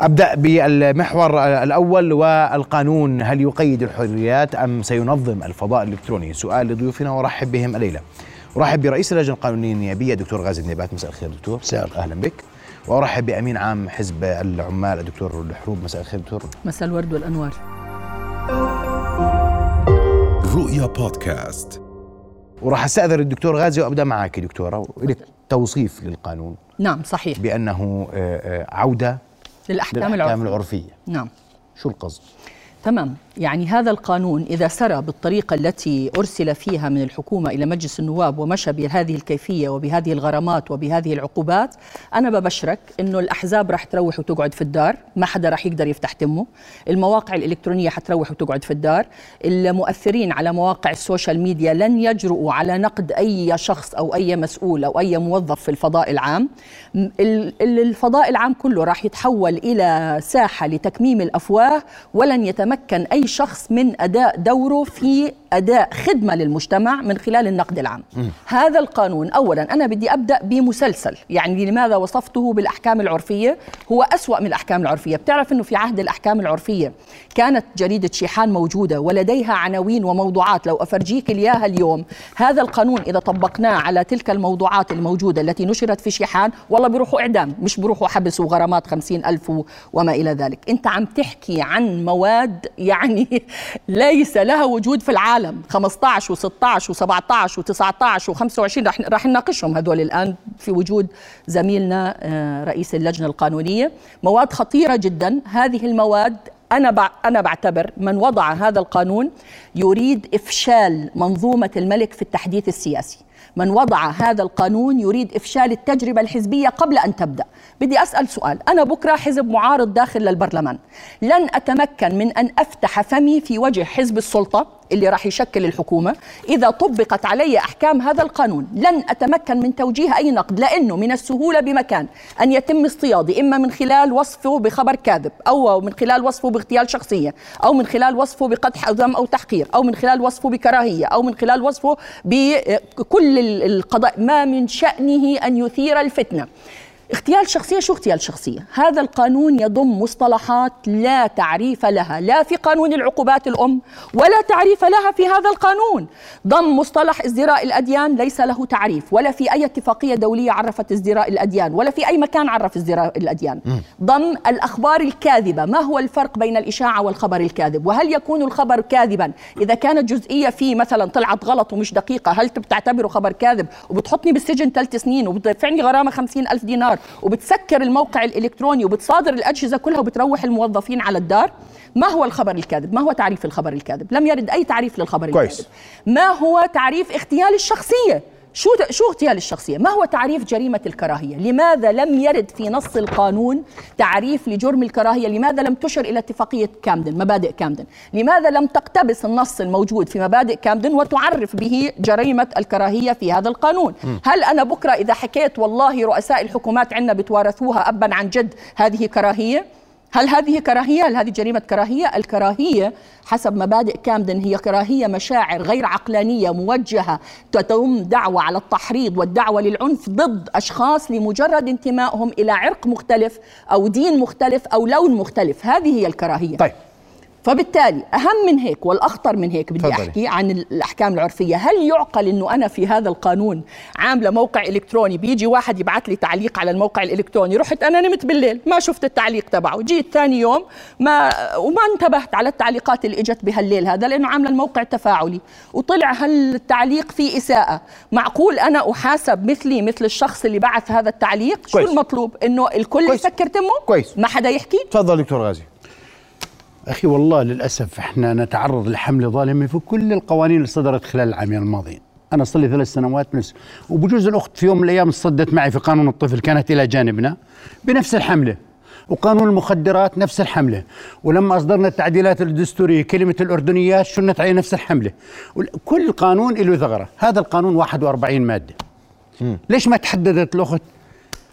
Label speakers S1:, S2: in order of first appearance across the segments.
S1: ابدا بالمحور الاول والقانون هل يقيد الحريات ام سينظم الفضاء الالكتروني؟ سؤال لضيوفنا وارحب بهم الليله. ارحب برئيس اللجنه القانونيه النيابيه دكتور غازي النبات مساء الخير دكتور
S2: مساء الخير.
S1: اهلا بك وارحب بامين عام حزب العمال الدكتور الحروب مساء الخير دكتور
S3: مساء الورد والانوار
S4: رؤيا بودكاست
S1: وراح استاذن الدكتور غازي وابدا معك دكتوره ولك توصيف للقانون
S3: نعم صحيح
S1: بانه آه، آه، عوده
S3: للاحكام
S1: للاحكام
S3: العرفيه
S1: العرفيه
S3: نعم
S1: شو القصد؟
S3: تمام يعني هذا القانون إذا سرى بالطريقة التي أرسل فيها من الحكومة إلى مجلس النواب ومشى بهذه الكيفية وبهذه الغرامات وبهذه العقوبات أنا ببشرك أنه الأحزاب راح تروح وتقعد في الدار ما حدا راح يقدر يفتح تمه المواقع الإلكترونية حتروح وتقعد في الدار المؤثرين على مواقع السوشيال ميديا لن يجرؤوا على نقد أي شخص أو أي مسؤول أو أي موظف في الفضاء العام م- ال- ال- الفضاء العام كله راح يتحول إلى ساحة لتكميم الأفواه ولن يتمكن أي شخص من أداء دوره في أداء خدمة للمجتمع من خلال النقد العام هذا القانون أولا أنا بدي أبدأ بمسلسل يعني لماذا وصفته بالأحكام العرفية هو أسوأ من الأحكام العرفية بتعرف أنه في عهد الأحكام العرفية كانت جريدة شيحان موجودة ولديها عناوين وموضوعات لو أفرجيك إياها اليوم هذا القانون إذا طبقناه على تلك الموضوعات الموجودة التي نشرت في شيحان والله بيروحوا إعدام مش بيروحوا حبس وغرامات خمسين ألف و- وما إلى ذلك أنت عم تحكي عن مواد يعني ليس لها وجود في العالم 15 و16 و17 و19 و25 رح, رح نناقشهم هدول الآن في وجود زميلنا آه، رئيس اللجنة القانونية مواد خطيرة جدا هذه المواد أنا بع... أنا بعتبر من وضع هذا القانون يريد إفشال منظومة الملك في التحديث السياسي من وضع هذا القانون يريد إفشال التجربة الحزبية قبل أن تبدأ بدي أسأل سؤال أنا بكرة حزب معارض داخل للبرلمان لن أتمكن من أن أفتح فمي في وجه حزب السلطة اللي راح يشكل الحكومة إذا طبقت علي أحكام هذا القانون لن أتمكن من توجيه أي نقد لأنه من السهولة بمكان أن يتم اصطيادي إما من خلال وصفه بخبر كاذب أو من خلال وصفه باغتيال شخصية أو من خلال وصفه بقدح أو ذم أو تحقير أو من خلال وصفه بكراهية أو من خلال وصفه بكل ال- القضاء ما من شأنه أن يثير الفتنة اغتيال شخصية شو اغتيال شخصية؟ هذا القانون يضم مصطلحات لا تعريف لها لا في قانون العقوبات الأم ولا تعريف لها في هذا القانون ضم مصطلح ازدراء الأديان ليس له تعريف ولا في أي اتفاقية دولية عرفت ازدراء الأديان ولا في أي مكان عرف ازدراء الأديان ضم الأخبار الكاذبة ما هو الفرق بين الإشاعة والخبر الكاذب وهل يكون الخبر كاذبا إذا كانت جزئية فيه مثلا طلعت غلط ومش دقيقة هل بتعتبره خبر كاذب وبتحطني بالسجن ثلاث سنين وبتدفعني غرامة خمسين ألف دينار وبتسكر الموقع الإلكتروني وبتصادر الأجهزة كلها وبتروح الموظفين على الدار ما هو الخبر الكاذب ما هو تعريف الخبر الكاذب لم يرد أي تعريف للخبر
S1: كويس.
S3: الكاذب ما هو تعريف اغتيال الشخصية؟ شو شو اغتيال الشخصية؟ ما هو تعريف جريمة الكراهية؟ لماذا لم يرد في نص القانون تعريف لجرم الكراهية؟ لماذا لم تشر إلى اتفاقية كامدن، مبادئ كامدن؟ لماذا لم تقتبس النص الموجود في مبادئ كامدن وتعرف به جريمة الكراهية في هذا القانون؟ هل أنا بكرة إذا حكيت والله رؤساء الحكومات عندنا بتوارثوها أبا عن جد هذه كراهية؟ هل هذه كراهية؟ هل هذه جريمة كراهية؟ الكراهية حسب مبادئ كامدن هي كراهية مشاعر غير عقلانية موجهة تتم دعوة على التحريض والدعوة للعنف ضد أشخاص لمجرد انتمائهم إلى عرق مختلف أو دين مختلف أو لون مختلف هذه هي الكراهية
S1: طيب
S3: فبالتالي اهم من هيك والاخطر من هيك بدي
S1: تفضلي.
S3: احكي عن ال- الاحكام العرفيه هل يعقل انه انا في هذا القانون عامله موقع الكتروني بيجي واحد يبعث لي تعليق على الموقع الالكتروني رحت انا نمت بالليل ما شفت التعليق تبعه جيت ثاني يوم ما وما انتبهت على التعليقات اللي اجت بهالليل هذا لانه عامله الموقع تفاعلي وطلع هالتعليق فيه اساءه معقول انا احاسب مثلي مثل الشخص اللي بعث هذا التعليق شو
S1: كويس.
S3: المطلوب انه الكل
S1: كويس.
S3: يسكر تمه
S1: كويس.
S3: ما حدا يحكي
S1: تفضل دكتور غازي
S2: اخي والله للاسف احنا نتعرض لحمله ظالمه في كل القوانين اللي صدرت خلال العامين الماضيين انا صار لي ثلاث سنوات نفس وبجوز الاخت في يوم من الايام صدت معي في قانون الطفل كانت الى جانبنا بنفس الحمله وقانون المخدرات نفس الحمله ولما اصدرنا التعديلات الدستوريه كلمه الاردنيات شنت عليه نفس الحمله وال- كل قانون له ثغره هذا القانون 41 ماده ليش ما تحددت الاخت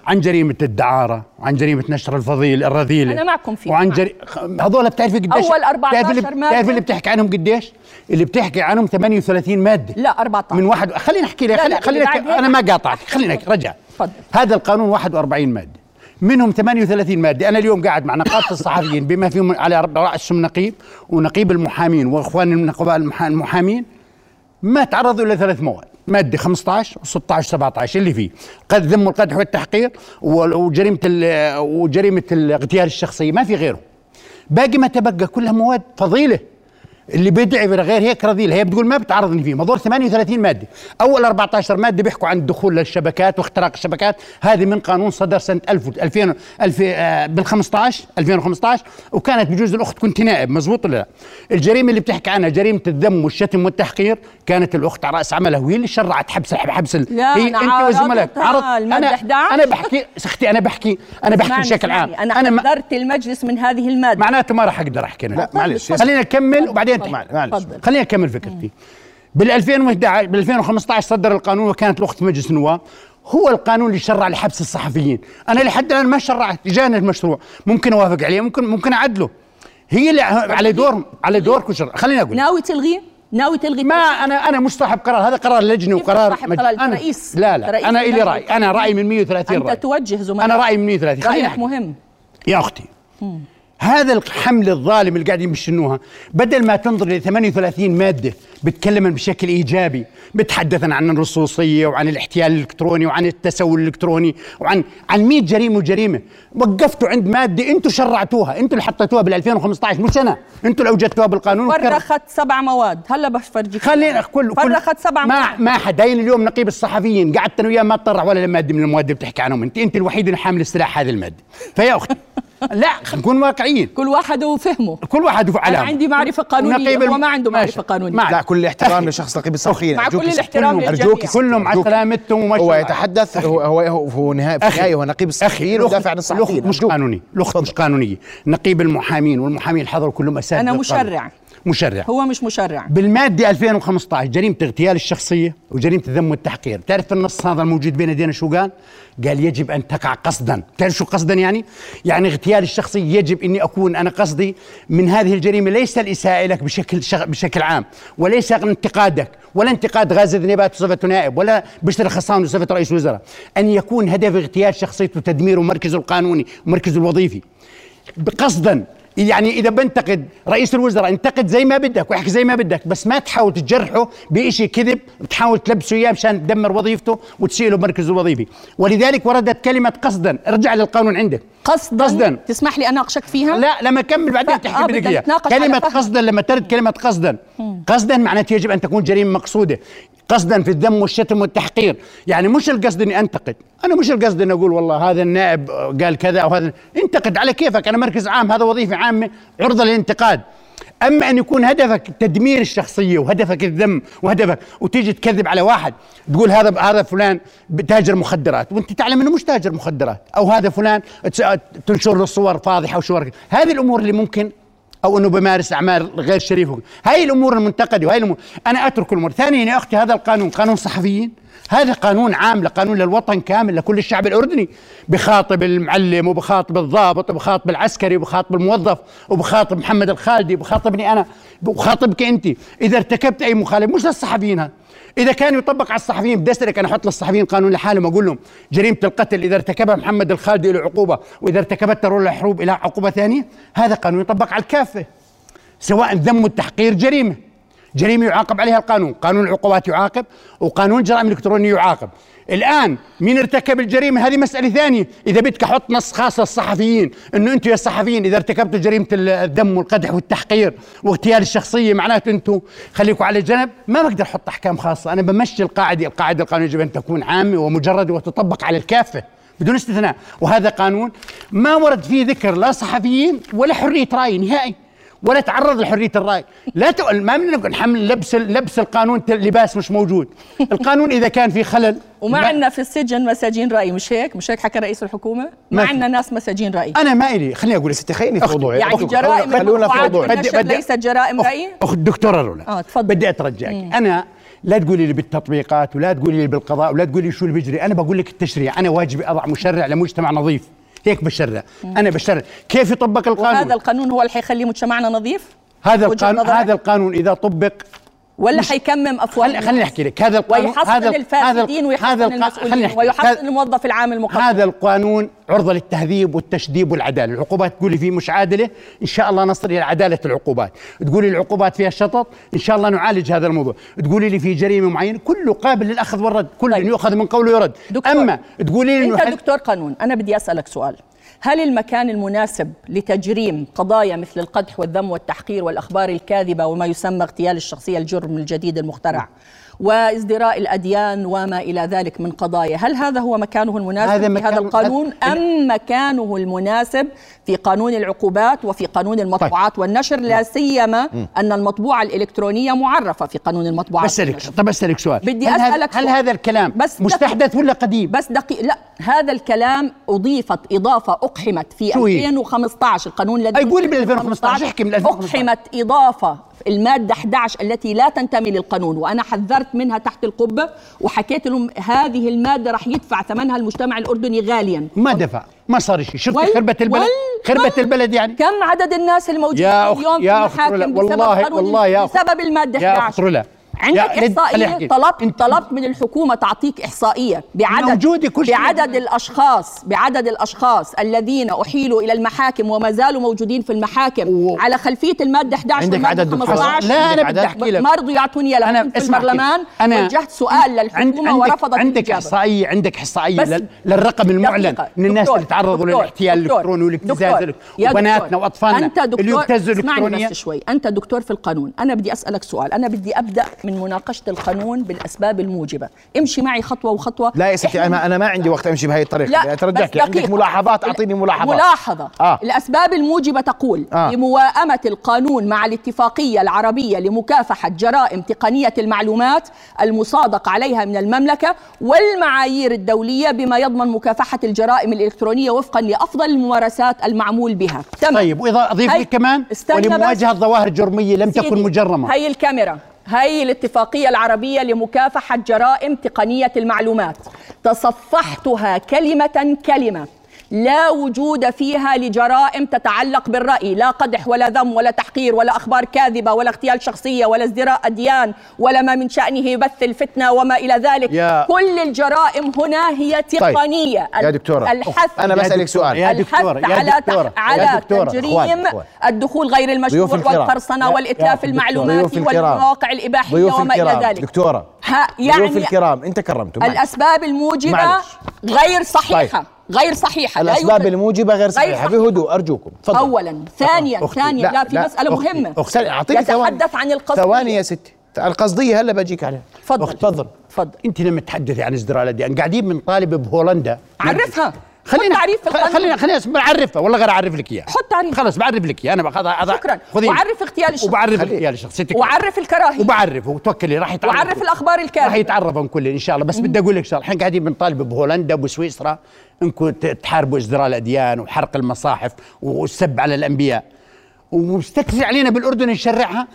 S2: عن جريمه الدعاره وعن جريمه نشر الفضيل الرذيله
S3: أنا معكم فيه.
S2: وعن
S3: معك.
S2: جري... خ- هذول بتعرفي قديش
S3: أول 14
S2: تعرف اللي
S3: مادة.
S2: تعرف اللي بتحكي عنهم قديش؟ اللي بتحكي عنهم 38 ماده
S3: لا 14
S2: من واحد خليني احكي لك
S3: لا،
S2: خليني
S3: لا،
S2: خليني
S3: بعد
S2: أك-
S3: هيك.
S2: انا ما قاطعك خليني أك- رجع
S3: تفضل.
S2: هذا القانون 41 ماده منهم 38 ماده انا اليوم قاعد مع نقابه الصحفيين بما فيهم على راسهم نقيب ونقيب المحامين واخواني من نقباء المح- المحامين ما تعرضوا الا ثلاث مواد ماده 15 و16 17 اللي فيه قد ذم القدح والتحقير وال- وجريمه ال- وجريمه الاغتيال الشخصي ما في غيره باقي ما تبقى كلها مواد فضيله اللي بيدعي غير هيك رذيله هي بتقول ما بتعرضني فيه مضور 38 ماده اول 14 ماده بيحكوا عن الدخول للشبكات واختراق الشبكات هذه من قانون صدر سنه 1000 2000 1000 آه، بال 15 2015 وكانت بجوز الاخت كنت نائب مزبوط ولا لا الجريمه اللي بتحكي عنها جريمه الذم والشتم والتحقير كانت الاخت على راس عملها وهي اللي شرعت حبس حبس ال-
S3: لا،
S2: هي
S3: أنا
S2: انت وزملائك
S3: عارضتها
S2: انا
S3: المادة 11.
S2: انا بحكي اختي انا بحكي انا بحكي
S3: اسمعني،
S2: بشكل عام
S5: يعني
S3: اسمعني، انا,
S2: أنا ما-
S3: حذرت المجلس من هذه الماده
S2: معناته ما راح اقدر احكي انا
S1: لا معلش
S2: خلينا نكمل وبعدين
S5: تفضل.
S2: معلش
S1: معلش.
S5: تفضل.
S2: خلينا نكمل فكرتي بال 2011 بال 2015 صدر القانون وكانت الاخت مجلس النواب هو القانون اللي شرع لحبس الصحفيين انا لحد الان ما شرعت جاني المشروع ممكن اوافق عليه ممكن ممكن اعدله هي اللي
S3: طيب.
S2: على دور على دوركم شرع خليني اقول
S3: ناوي تلغيه ناوي تلغي
S2: ما انا انا مش صاحب قرار هذا قرار لجنه
S3: كيف
S2: وقرار
S3: صاحب
S2: مج-
S3: قرار؟
S2: أنا-
S3: رئيس-
S2: لا لا
S3: رئيس
S2: انا الي
S3: لجنة.
S2: راي انا رايي من 130
S3: انت
S2: راي
S3: توجه زملائك
S2: انا رايي من 130 خليني
S3: رايك
S2: أحكي.
S3: مهم
S2: يا اختي هذا الحمل الظالم اللي قاعدين يمشنوها بدل ما تنظر ل 38 ماده بتكلم بشكل ايجابي بتحدثن عن الرصوصيه وعن الاحتيال الالكتروني وعن التسول الالكتروني وعن عن 100 جريمه وجريمه وقفتوا عند ماده انتم شرعتوها انتم اللي حطيتوها بال 2015 مش انا انتم اللي اوجدتوها بالقانون وكرر-
S3: فرخت سبع مواد هلا بفرجيك
S2: خلينا كل كل
S3: فرخت آه. سبع
S2: ما
S3: مواد
S2: ما حدين اليوم نقيب الصحفيين قعدت انا وياه ما تطرع ولا ماده من المواد اللي بتحكي عنهم انت انت الوحيد اللي حامل السلاح هذه الماده فيا اختي لا خلينا نكون واقعيين
S5: كل واحد وفهمه
S2: كل واحد وف- علامه
S5: انا عندي معرفه قانونيه
S2: نقيب الم-
S5: هو ما عنده
S2: ماشي.
S5: معرفه قانونيه
S2: مع-
S1: لا كل احترام لشخص نقيب الصحفيين
S3: مع
S1: أرجوك
S3: كل
S1: يا ستي.
S3: الاحترام
S1: كلهم-
S3: للجميع.
S1: أرجوك يا ستي،
S2: كلهم على
S1: أرجوك.
S2: سلامتهم وما
S1: هو
S2: شاء الله.
S1: يتحدث
S2: أخي.
S1: هو هو هو- هو نهاية في النهاية هو نقيب الصحفيين
S2: الأخت-
S1: ودافع عن الصحفيين
S2: الأخت مش
S1: أرجوك.
S2: قانوني الاخت مش قانونيه نقيب المحامين والمحامين حضروا كلهم اساتذه
S3: أنا
S2: القانون.
S3: مشرع.
S2: مشرع
S3: هو مش مشرع
S2: بالمادة 2015 جريمة اغتيال الشخصية وجريمة الذم والتحقير تعرف النص هذا الموجود بين يدينا شو قال قال يجب أن تقع قصدا تعرف شو قصدا يعني يعني اغتيال الشخصي يجب أني أكون أنا قصدي من هذه الجريمة ليس الإساءة لك بشكل, شغ... بشكل عام وليس انتقادك ولا انتقاد غازي ذنيبات بصفته نائب ولا بشر خصام بصفة رئيس وزراء أن يكون هدف اغتيال شخصيته تدميره مركزه القانوني مركزه الوظيفي قصدا يعني اذا بنتقد رئيس الوزراء انتقد زي ما بدك واحكي زي ما بدك بس ما تحاول تجرحه بشيء كذب تحاول تلبسه اياه مشان تدمر وظيفته وتشيله مركزه الوظيفي ولذلك وردت كلمه قصدا ارجع للقانون عندك
S5: قصدا
S2: قصداً.
S5: تسمح لي اناقشك فيها
S2: لا لما اكمل بعدين
S5: آه،
S2: تحكي بدك
S5: بدنا
S2: اياه
S5: نتناقش
S2: كلمه
S5: على فهم.
S2: قصدا لما ترد كلمه قصدا قصدا معناته يجب ان تكون جريمه مقصوده قصدا في الذم والشتم والتحقير يعني مش القصد اني انتقد انا مش القصد اني اقول والله هذا النائب آه، قال كذا او هذا انتقد على كيفك انا مركز عام هذا وظيفه عامه عرضه للانتقاد اما ان يكون هدفك تدمير الشخصيه وهدفك الذم وهدفك وتيجي تكذب على واحد تقول هذا هذا فلان تاجر مخدرات وانت تعلم انه مش تاجر مخدرات او هذا فلان تس- تنشر له صور فاضحه وشور هذه الامور اللي ممكن او انه بمارس اعمال غير شريفه هاي الامور المنتقده وهي الامور انا اترك الامور ثانيا يا اختي هذا القانون قانون صحفيين هذا قانون عام لقانون للوطن كامل لكل الشعب الاردني بخاطب المعلم وبخاطب الضابط وبخاطب العسكري وبخاطب الموظف وبخاطب محمد الخالدي وبخاطبني انا وبخاطبك انت اذا ارتكبت اي مخالفه مش للصحفيين هذا اذا كان يطبق على الصحفيين بدي اسالك انا احط للصحفيين قانون لحالهم اقول لهم جريمه القتل اذا ارتكبها محمد الخالدي له عقوبه واذا ارتكبت ترول الحروب الى عقوبه ثانيه هذا قانون يطبق على الكافه سواء ذم التحقير جريمه جريمه يعاقب عليها القانون قانون العقوبات يعاقب وقانون الجرائم الالكترونيه يعاقب الان مين ارتكب الجريمه هذه مساله ثانيه اذا بدك احط نص خاص للصحفيين انه انتم يا الصحفيين اذا ارتكبتوا جريمه ال- الذم والقدح والتحقير واغتيال الشخصيه معناته انتم خليكم على جنب ما بقدر احط احكام خاصه انا بمشي القاعده القاعده القانونيه يجب ان تكون عامه ومجرده وتطبق على الكافه بدون استثناء وهذا قانون ما ورد فيه ذكر لا صحفيين ولا حريه راي نهائي ولا تعرض لحريه الراي لا تقول ما بدنا نقول حمل لبس لبس القانون ت- لباس مش موجود القانون اذا كان في خلل
S5: وما
S2: لا.
S5: عندنا في السجن مساجين راي مش هيك مش هيك حكى رئيس الحكومه ما
S2: ما في.
S5: عندنا ناس مساجين راي
S2: انا ما الي خليني اقول لك
S1: ستي خليني في
S2: أختي،
S1: موضوعي
S5: يعني
S1: أرجوك.
S5: جرائم
S1: خلونا في
S5: المرفوعات
S1: موضوعي
S5: بالنشر ليست جرائم
S2: أخ-
S5: رأي؟
S2: اخت دكتورة رولا
S5: آه، تفضل.
S2: بدي اترجعك انا لا تقولي لي بالتطبيقات ولا تقولي لي بالقضاء ولا تقولي شو اللي بيجري انا بقول لك التشريع انا واجبي اضع مشرع لمجتمع نظيف هيك بشرع انا بشرع كيف يطبق القانون
S5: هذا القانون هو اللي حيخلي مجتمعنا نظيف
S2: هذا
S5: وجهة
S2: القانون
S5: نظرك؟
S2: هذا القانون اذا طبق
S3: ولا
S2: مش-
S3: حيكمم افواه
S2: خل...
S3: الناس؟
S2: خليني احكي لك هذا القانون
S3: ويحصن
S2: ال-
S3: الفاسدين
S2: ال-
S3: ويحصن
S2: هذا الق- خليني
S3: المسؤولين
S2: أحكي لك.
S3: ويحصن
S2: هذا-
S3: الموظف العام المقصر
S2: هذا القانون عرضة للتهذيب والتشديب والعدالة العقوبات تقولي فيه مش عادلة إن شاء الله نصل إلى عدالة العقوبات تقولي العقوبات فيها شطط إن شاء الله نعالج هذا الموضوع تقولي لي في جريمة معينة كله قابل للأخذ والرد كل
S3: طيب.
S2: طيب. يؤخذ من قوله يرد
S3: دكتور،
S2: أما تقولي لي إنه
S3: انت
S2: حد-
S3: دكتور قانون انا بدي اسالك سؤال هل المكان المناسب لتجريم قضايا مثل القدح والذم والتحقير والاخبار الكاذبه وما يسمى اغتيال الشخصيه الجرم الجديد المخترع وازدراء الاديان وما الى ذلك من قضايا هل هذا هو مكانه المناسب
S2: هذا
S3: هذا في
S2: مكان-
S3: هذا القانون
S2: هذا-
S3: ام مكانه المناسب في قانون العقوبات وفي قانون
S2: طيب.
S3: المطبوعات والنشر لا سيما ان المطبوعه الالكترونيه معرفه في قانون المطبوعات
S2: بسألك طب أسألك سؤال
S3: بدي
S2: هل هذا-
S3: أسألك
S2: هل
S3: سؤال.
S2: هذا الكلام
S3: بس
S2: بس
S3: دقيقة.
S2: مستحدث ولا قديم
S3: بس دقيق لا هذا الكلام اضيفت اضافه اقحمت في
S2: شو هي؟
S3: 2015 القانون الذي
S2: أي قولي من 2015 احكي من 2015.
S3: اقحمت اضافه في الماده 11 التي لا تنتمي للقانون وانا حذرت منها تحت القبه وحكيت لهم هذه الماده راح يدفع ثمنها المجتمع الاردني غاليا
S2: ما دفع ما صار شيء شفت
S3: وال-
S2: خربة البلد
S3: وال-
S2: خربة
S3: وال-
S2: البلد يعني
S3: كم عدد الناس الموجودين
S2: يا أخت-
S3: اليوم
S2: يا
S3: في
S2: أخت رولا،
S3: المحاكم بسبب
S2: والله-
S3: قانون-
S2: والله يا أخت-
S3: بسبب الماده
S2: يا
S3: 11
S2: أخت رولا.
S3: عندك
S2: يا- لد- خليني
S3: احصائيه
S2: أحكي.
S3: طلبت
S2: أنت-
S3: طلبت من الحكومه تعطيك احصائيه بعدد
S2: موجودة كل شيء.
S3: بعدد الاشخاص بعدد الاشخاص الذين احيلوا الى المحاكم وما زالوا موجودين في المحاكم
S2: و-
S3: على خلفيه الماده 11
S1: عندك
S3: والمادة
S1: عدد دكتور؟
S3: 15
S2: لا، أنا
S3: عندك
S2: بدي
S3: عدد؟
S2: أحكي لك.
S3: ما رضوا يعطوني اياه لما كنت في
S2: اسمع كيف.
S3: البرلمان
S2: أنا
S3: وجهت سؤال للحكومه ورفضت
S2: عندك
S3: الإجابة.
S2: احصائيه عندك احصائيه
S3: بس-
S2: لل- للرقم المعلن
S3: دقيقة.
S2: من الناس
S3: دكتور،
S2: اللي تعرضوا
S3: دكتور،
S2: للاحتيال
S3: دكتور،
S2: الالكتروني والاكتزاز
S3: دكتور،
S2: الإلك-
S3: يا دكتور،
S2: وبناتنا واطفالنا
S3: انت دكتور
S2: اللي يبتزوا
S3: اسمعني
S2: الكترونيا
S3: بس شوي انت دكتور في القانون انا بدي اسالك سؤال انا بدي ابدا من مناقشه القانون بالاسباب الموجبه امشي معي خطوه وخطوه
S1: لا يا ستي انا انا ما عندي وقت امشي بهي الطريقه بدي
S3: بس
S1: اترجاك
S3: دقيقة.
S1: يعني عندك ملاحظات
S3: ال-
S1: اعطيني ملاحظات
S3: ملاحظة آه.
S1: آه.
S3: الأسباب الموجبة تقول آه.
S1: آه.
S3: لموائمة القانون مع الاتفاقية العربية لمكافحة جرائم تقنية المعلومات المصادق عليها من المملكة والمعايير الدولية بما يضمن مكافحة الجرائم الإلكترونية وفقا لأفضل الممارسات المعمول بها تمام
S2: طيب واذا اضيف
S3: هاي-
S2: لك كمان
S3: استنى بس.
S2: ولمواجهه ظواهر جرميه لم
S3: سيدي،
S2: تكن مجرمه
S3: هي الكاميرا هي الاتفاقية العربية لمكافحة جرائم تقنية المعلومات تصفحتها كلمة كلمة لا وجود فيها لجرائم تتعلق بالرأي لا قدح ولا ذم ولا تحقير ولا أخبار كاذبة ولا اغتيال شخصية ولا ازدراء أديان ولا ما من شأنه بث الفتنة وما إلى ذلك
S1: يا- طيب.
S3: كل الجرائم هنا هي تقنية
S1: يا دكتورة،
S3: الحث
S1: أنا
S3: يا
S1: بسألك
S3: دكتورة،
S1: سؤال.
S2: يا
S3: الحث
S2: دكتورة، يا
S3: على تح-
S2: دكتورة، يا
S3: على
S1: دكتورة.
S3: تجريم
S1: إخوان، إخوان.
S3: الدخول غير
S1: ضيوف
S3: المشهور
S1: الكرام.
S3: والقرصنة
S2: يا- يا
S3: والإتلاف
S2: دكتور.
S3: المعلومات
S1: ضيوف الكرام.
S3: والمواقع الإباحية
S1: ضيوف
S3: وما إلى
S1: الكرام
S3: ذلك
S1: دكتورة
S3: ها
S1: ضيوف
S3: يعني
S1: الكرام انت كرمته معلش.
S3: الأسباب الموجبة
S1: معلش. طيب.
S3: غير صحيحة غير صحيحة لا
S1: الاسباب
S3: يوجد-
S1: الموجبه غير صحيحه بهدوء ارجوكم تفضل
S3: أولا ثانيا
S1: أختي،
S3: ثانيا لا في مسألة
S1: أختي،
S3: مهمة
S1: أختي، اعطيك ثواني
S3: يتحدث عن القصد
S1: ثواني يا ستي القصديه هلا بجيك عليها
S3: تفضل
S1: تفضل
S3: تفضل
S2: انت لما تحدثي عن ازدراء الاديان قاعدين من طالب بهولندا
S3: عرفها
S2: خلينا
S3: حط تعريف في
S2: خ-
S3: القانون.
S2: خلينا خلينا اسم- بعرفها والله غير اعرف لك اياها
S3: حط تعريف.
S2: خلص بعرف لك اياها انا باخذها
S3: شكراً.
S2: خذيها.
S3: وعرف اغتيال الشخص.
S2: وبعرف اغتيال شخصيتك
S3: وعرف الكراهية
S2: وبعرف وتوكلي راح يتعرف
S3: وعرف الأخبار
S2: راح
S3: الكاذبة
S2: يتعرفوا كل ان شاء الله بس بدي اقول لك شغله الحين قاعدين بنطالب بهولندا وبسويسرا انكم ت- تحاربوا ازدراء الاديان وحرق المصاحف والسب على الانبياء ومستكزي علينا بالاردن نشرعها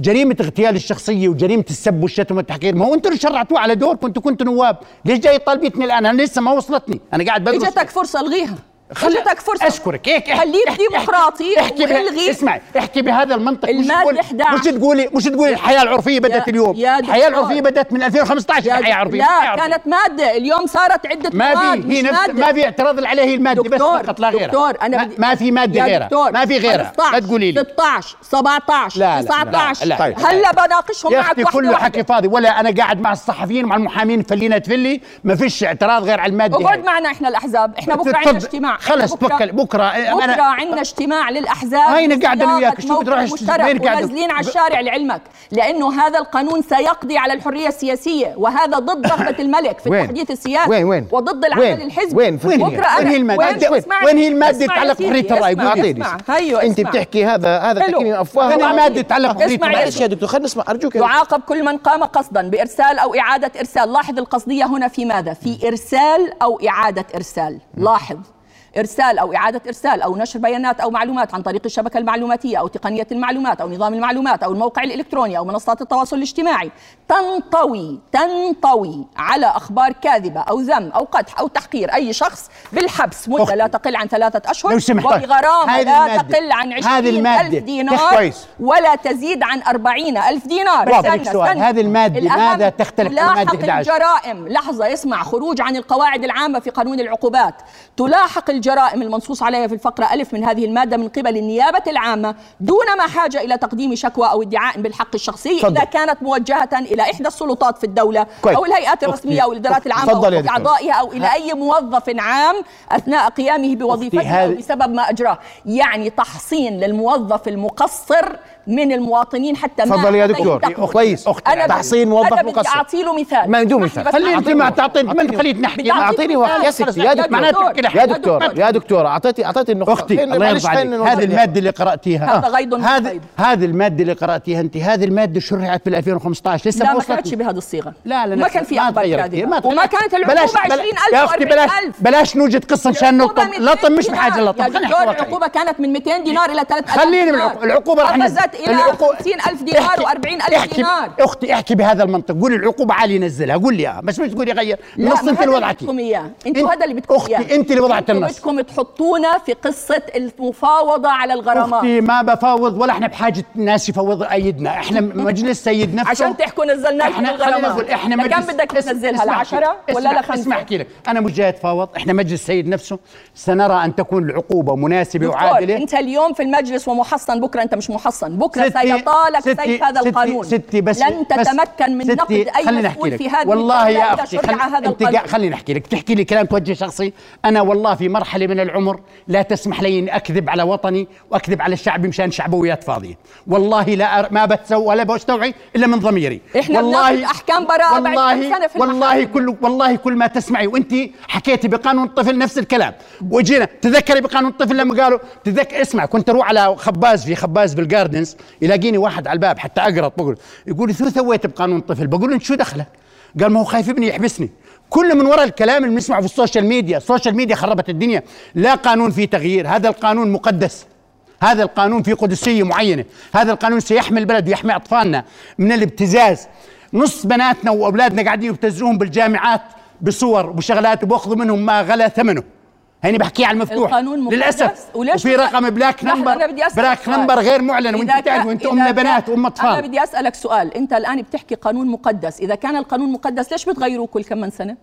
S2: جريمة اغتيال الشخصية وجريمة السب والشتم والتحقير ما هو انتم اللي شرعتوها على دوركم انتم كنتوا نواب ليش جاي طالبتني الان انا لسه ما وصلتني انا قاعد بدرس
S3: اجتك فرصة الغيها
S2: خل-
S3: اجتك فرصة
S2: اشكرك هيك احكي-
S3: خليك
S2: احكي-
S3: ديمقراطي
S2: احكي إيه، بها-
S3: والغي
S2: اسمعي احكي بهذا المنطق مش
S3: المادة
S2: تقولي
S3: 11.
S2: مش تقولي مش تقولي الحياه العرفيه
S3: يا-
S2: بدات اليوم
S3: يا دكتور.
S2: الحياه العرفيه بدات من 2015
S3: يا
S2: الحياه
S3: دك-
S2: العرفيه
S3: لا
S2: الحياة العرفية.
S3: كانت مادة اليوم صارت عدة
S2: ما
S3: مواد،
S2: في هي
S3: مش
S2: نفس
S3: مادة.
S2: ما في اعتراض على هي الماده بس فقط لا غيرها
S3: دكتور انا
S2: ما,
S3: بدي-
S2: ما في ماده
S3: يا
S2: غيرها
S3: دكتور،
S2: ما في غيرها لا
S3: 15
S2: تقولي لي
S3: 16 17
S2: لا، لا، لا،
S3: 19
S2: لا، لا.
S3: هلا بناقشهم
S2: يا
S3: معك
S2: اختي
S3: واحدة
S2: كله
S3: واحدة.
S2: حكي فاضي ولا انا قاعد مع الصحفيين ومع المحامين فلينا تفلي ما فيش اعتراض غير على الماده
S3: اقعد
S2: هاي.
S3: معنا احنا الاحزاب احنا بكره عندنا
S2: تفضل.
S3: اجتماع
S2: خلص
S3: بكرة-
S2: توكل بكره أنا-
S3: بكره عندنا اجتماع للاحزاب
S2: هاي أنا قاعد أنا
S3: بصياغة
S2: وياك. شو
S3: موقف
S2: بتروح-
S3: مشترك
S2: وين قاعد-
S3: ونازلين على الشارع لعلمك لانه هذا القانون سيقضي على الحريه السياسيه وهذا ضد رغبه الملك في
S1: وين؟
S3: التحديث السياسي
S1: وين- وين؟
S3: وضد العمل
S1: وين؟
S3: الحزبي
S1: وين؟ في-
S3: بكره
S1: وين هي؟
S3: أنا-
S2: وين هي المادة؟ وين-
S3: اسمعني.
S2: وين هي المادة
S3: اسمع يا
S2: تتعلق
S3: سيدي،
S2: بحرية الرأي؟
S3: اسمع،
S2: قولي
S1: اعطيني
S3: اسمع هيو
S1: انت
S3: اسمع.
S1: بتحكي هذا هذا
S3: حلو.
S1: تكلم افواه
S2: خلينا
S1: وأنا-
S2: مادة تعلق
S3: اسمع
S2: بحرية
S3: يا
S2: الرأي.
S1: معلش يا دكتور خلينا نسمع ارجوك يا
S3: يعاقب كل من قام قصدا بارسال او اعاده ارسال لاحظ القصديه هنا في ماذا في ارسال او اعاده ارسال لاحظ ارسال او اعاده ارسال او نشر بيانات او معلومات عن طريق الشبكه المعلوماتيه او تقنيه المعلومات او نظام المعلومات او الموقع الالكتروني او منصات التواصل الاجتماعي تنطوي تنطوي على اخبار كاذبه او ذم او قدح او تحقير اي شخص بالحبس مده
S2: أختي.
S3: لا تقل عن ثلاثه اشهر
S2: لو سمحت. طيب.
S3: وبغرامه
S2: هذه
S3: لا
S2: المادة.
S3: تقل عن
S2: هذه
S3: 20 ألف
S2: المادة. طيب،
S3: دينار
S2: كويس.
S3: ولا تزيد عن 40 ألف دينار
S2: بس أسألك سؤال، هذه المادة
S3: الأهم
S2: ماذا تختلف عن
S3: تلاحق
S2: مادة 11
S3: الجرائم لحظة اسمع خروج عن القواعد العامة في قانون العقوبات تلاحق الجرائم المنصوص عليها في الفقرة ألف من هذه المادة من قبل النيابة العامة دون ما حاجة إلى تقديم شكوى أو ادعاء بالحق الشخصي
S1: تفضل.
S3: إذا كانت موجهة إلى إحدى السلطات في الدولة
S1: كويس.
S3: أو الهيئات الرسمية أو الإدارات العامة أو
S1: تفضل يا دكتور.
S3: أعضائها أو إلى أي موظف عام أثناء قيامه بوظيفته أو
S2: هذه-
S3: بسبب ما أجراه يعني تحصين للموظف المقصر من المواطنين حتى ما
S1: تفضل يا
S3: حتى
S1: دكتور
S3: ينتقدوا.
S1: كويس
S3: أنا بدي-
S1: تحصين موظف
S3: أنا بدي
S1: مقصر.
S3: أعطي له مثال
S1: ما بدون مثال.
S2: خلي انت ما
S3: تعطي
S2: تعطيني ما خليت
S3: بدي
S2: نحكي
S3: أعطيك
S1: اعطيني وقت يا
S3: مثال.
S1: ستي
S3: يا
S1: يا دكتور
S3: دكتور.
S2: معناته كده
S1: يا
S2: حاجة.
S1: دكتور يا دكتور اعطيتي اعطيتي النقطه
S2: اختي
S1: خلينا-
S2: الله
S1: معلش
S2: يرضى عليك
S1: خلينا نوصل
S2: هذه
S1: لها.
S2: الماده اللي قراتيها
S3: هذا غيض من
S2: هذه
S3: الغيض.
S2: هذه الماده اللي قراتيها انت هذه الماده شرعت بال 2015 لسه
S3: لا ما
S2: وصلت
S3: كانتش
S2: لي.
S3: بهذه الصيغه
S2: لا لا
S3: ما كان في
S2: ما
S3: اخبار
S2: تغيرت كثير، ما
S3: كاذبه
S2: تغيرت.
S3: وما كانت العقوبه
S2: بلاش-
S3: 20000
S2: يا اختي بلاش
S3: و40000
S2: بلاش نوجد قصه مشان
S3: العقوبة
S2: نلطم
S3: من
S2: لطم مش
S3: 200
S2: بحاجه
S3: دينار.
S2: لطم
S3: يا
S2: خلينا
S3: دكتور
S2: نحكي واقعي
S3: العقوبه كانت من 200 دينار الى 3000
S2: خليني من العقوبة- العقوبة رح ننزل.
S3: قفزت الى
S2: العقوبة-
S3: 50000 دينار
S2: احكي-
S3: و40000
S2: احكي-
S3: دينار
S2: اختي احكي بهذا المنطق قولي العقوبة عالي ينزلها قولي اياها بس مش تقولي غير
S3: لا،
S2: نص
S3: ما
S2: انت
S3: هذا
S2: اللي
S3: اللي
S2: وضعتيه
S3: بدكم اياه انتوا
S2: أنت-
S3: هذا اللي بدكم
S2: أختي،
S3: اياه
S2: أنت اللي وضعت
S3: أنتوا
S2: النص.
S3: بدكم تحطونا في قصه المفاوضه على الغرامات
S2: اختي ما بفاوض ولا احنا بحاجه ناس يفوض ايدنا احنا مجلس سيد نفسه
S3: عشان تحكوا نزلنا لكم
S2: احنا خلينا نقول
S3: الغرامات
S2: احنا
S3: لكم
S2: مجلس
S3: بدك
S2: اسم-
S3: تنزلها
S2: اسمع
S3: العشرة
S2: كده.
S3: ولا
S2: اسمع-
S3: لخمسة
S2: اسمع احكي لك انا مش جاي اتفاوض احنا مجلس سيد نفسه سنرى ان تكون العقوبه مناسبه
S3: دكتور
S2: وعادله
S3: انت اليوم في المجلس ومحصن بكره انت مش محصن بكره
S2: ستي-
S3: سيطالك
S2: ستي-
S3: سيف هذا
S2: ستي-
S3: القانون
S2: ستي بس
S3: لن تتمكن من
S2: ستي
S3: نقد اي
S2: خليني أحكي
S3: مسؤول
S2: لك.
S3: في هذه
S2: والله
S3: الدولة
S2: يا
S3: إذا
S2: اختي
S3: شرع
S2: خل...
S3: هذا
S2: انت
S3: القانون
S2: قا- خليني احكي لك تحكي لي كلام توجه شخصي انا والله في مرحله من العمر لا تسمح لي اني اكذب على وطني واكذب على الشعب مشان شعبويات فاضيه والله لا أر... ما بتسوى ولا بستوعي الا من ضميري
S3: إحنا بناخد أحكام براءة بعد كم سنة في المحاكم.
S2: والله كل والله كل ما تسمعي وانت حكيتي بقانون الطفل نفس الكلام وجينا تذكري بقانون الطفل لما قالوا تذكر اسمع كنت اروح على خباز في خباز بالجاردنز يلاقيني واحد على الباب حتى اقرط بقول يقول لي شو سويت بقانون الطفل بقول له انت شو دخلك قال ما هو خايف ابني يحبسني كل من وراء الكلام اللي بنسمعه في السوشيال ميديا السوشيال ميديا خربت الدنيا لا قانون فيه تغيير هذا القانون مقدس هذا القانون فيه قدسيه معينه هذا القانون سيحمي البلد ويحمي اطفالنا من الابتزاز نص بناتنا واولادنا قاعدين يبتزوهم بالجامعات بصور وبشغلات وباخذوا منهم ما غلا ثمنه هيني بحكي على المفتوح
S3: القانون مقدس
S2: للاسف
S3: وليش
S2: وفي رقم بلاك
S3: لحظة، أنا
S2: نمبر
S3: بدي أسألك
S2: بلاك
S3: سؤال.
S2: نمبر غير معلن وانت
S3: إذا
S2: تعرف
S3: كا-
S2: وانت
S3: إذا
S2: امنا
S3: كا-
S2: بنات وام
S3: أنا
S2: اطفال
S3: بدي أسألك سؤال أنت الآن بتحكي قانون مقدس إذا كان القانون مقدس ليش بتغيروه كل كم من سنة؟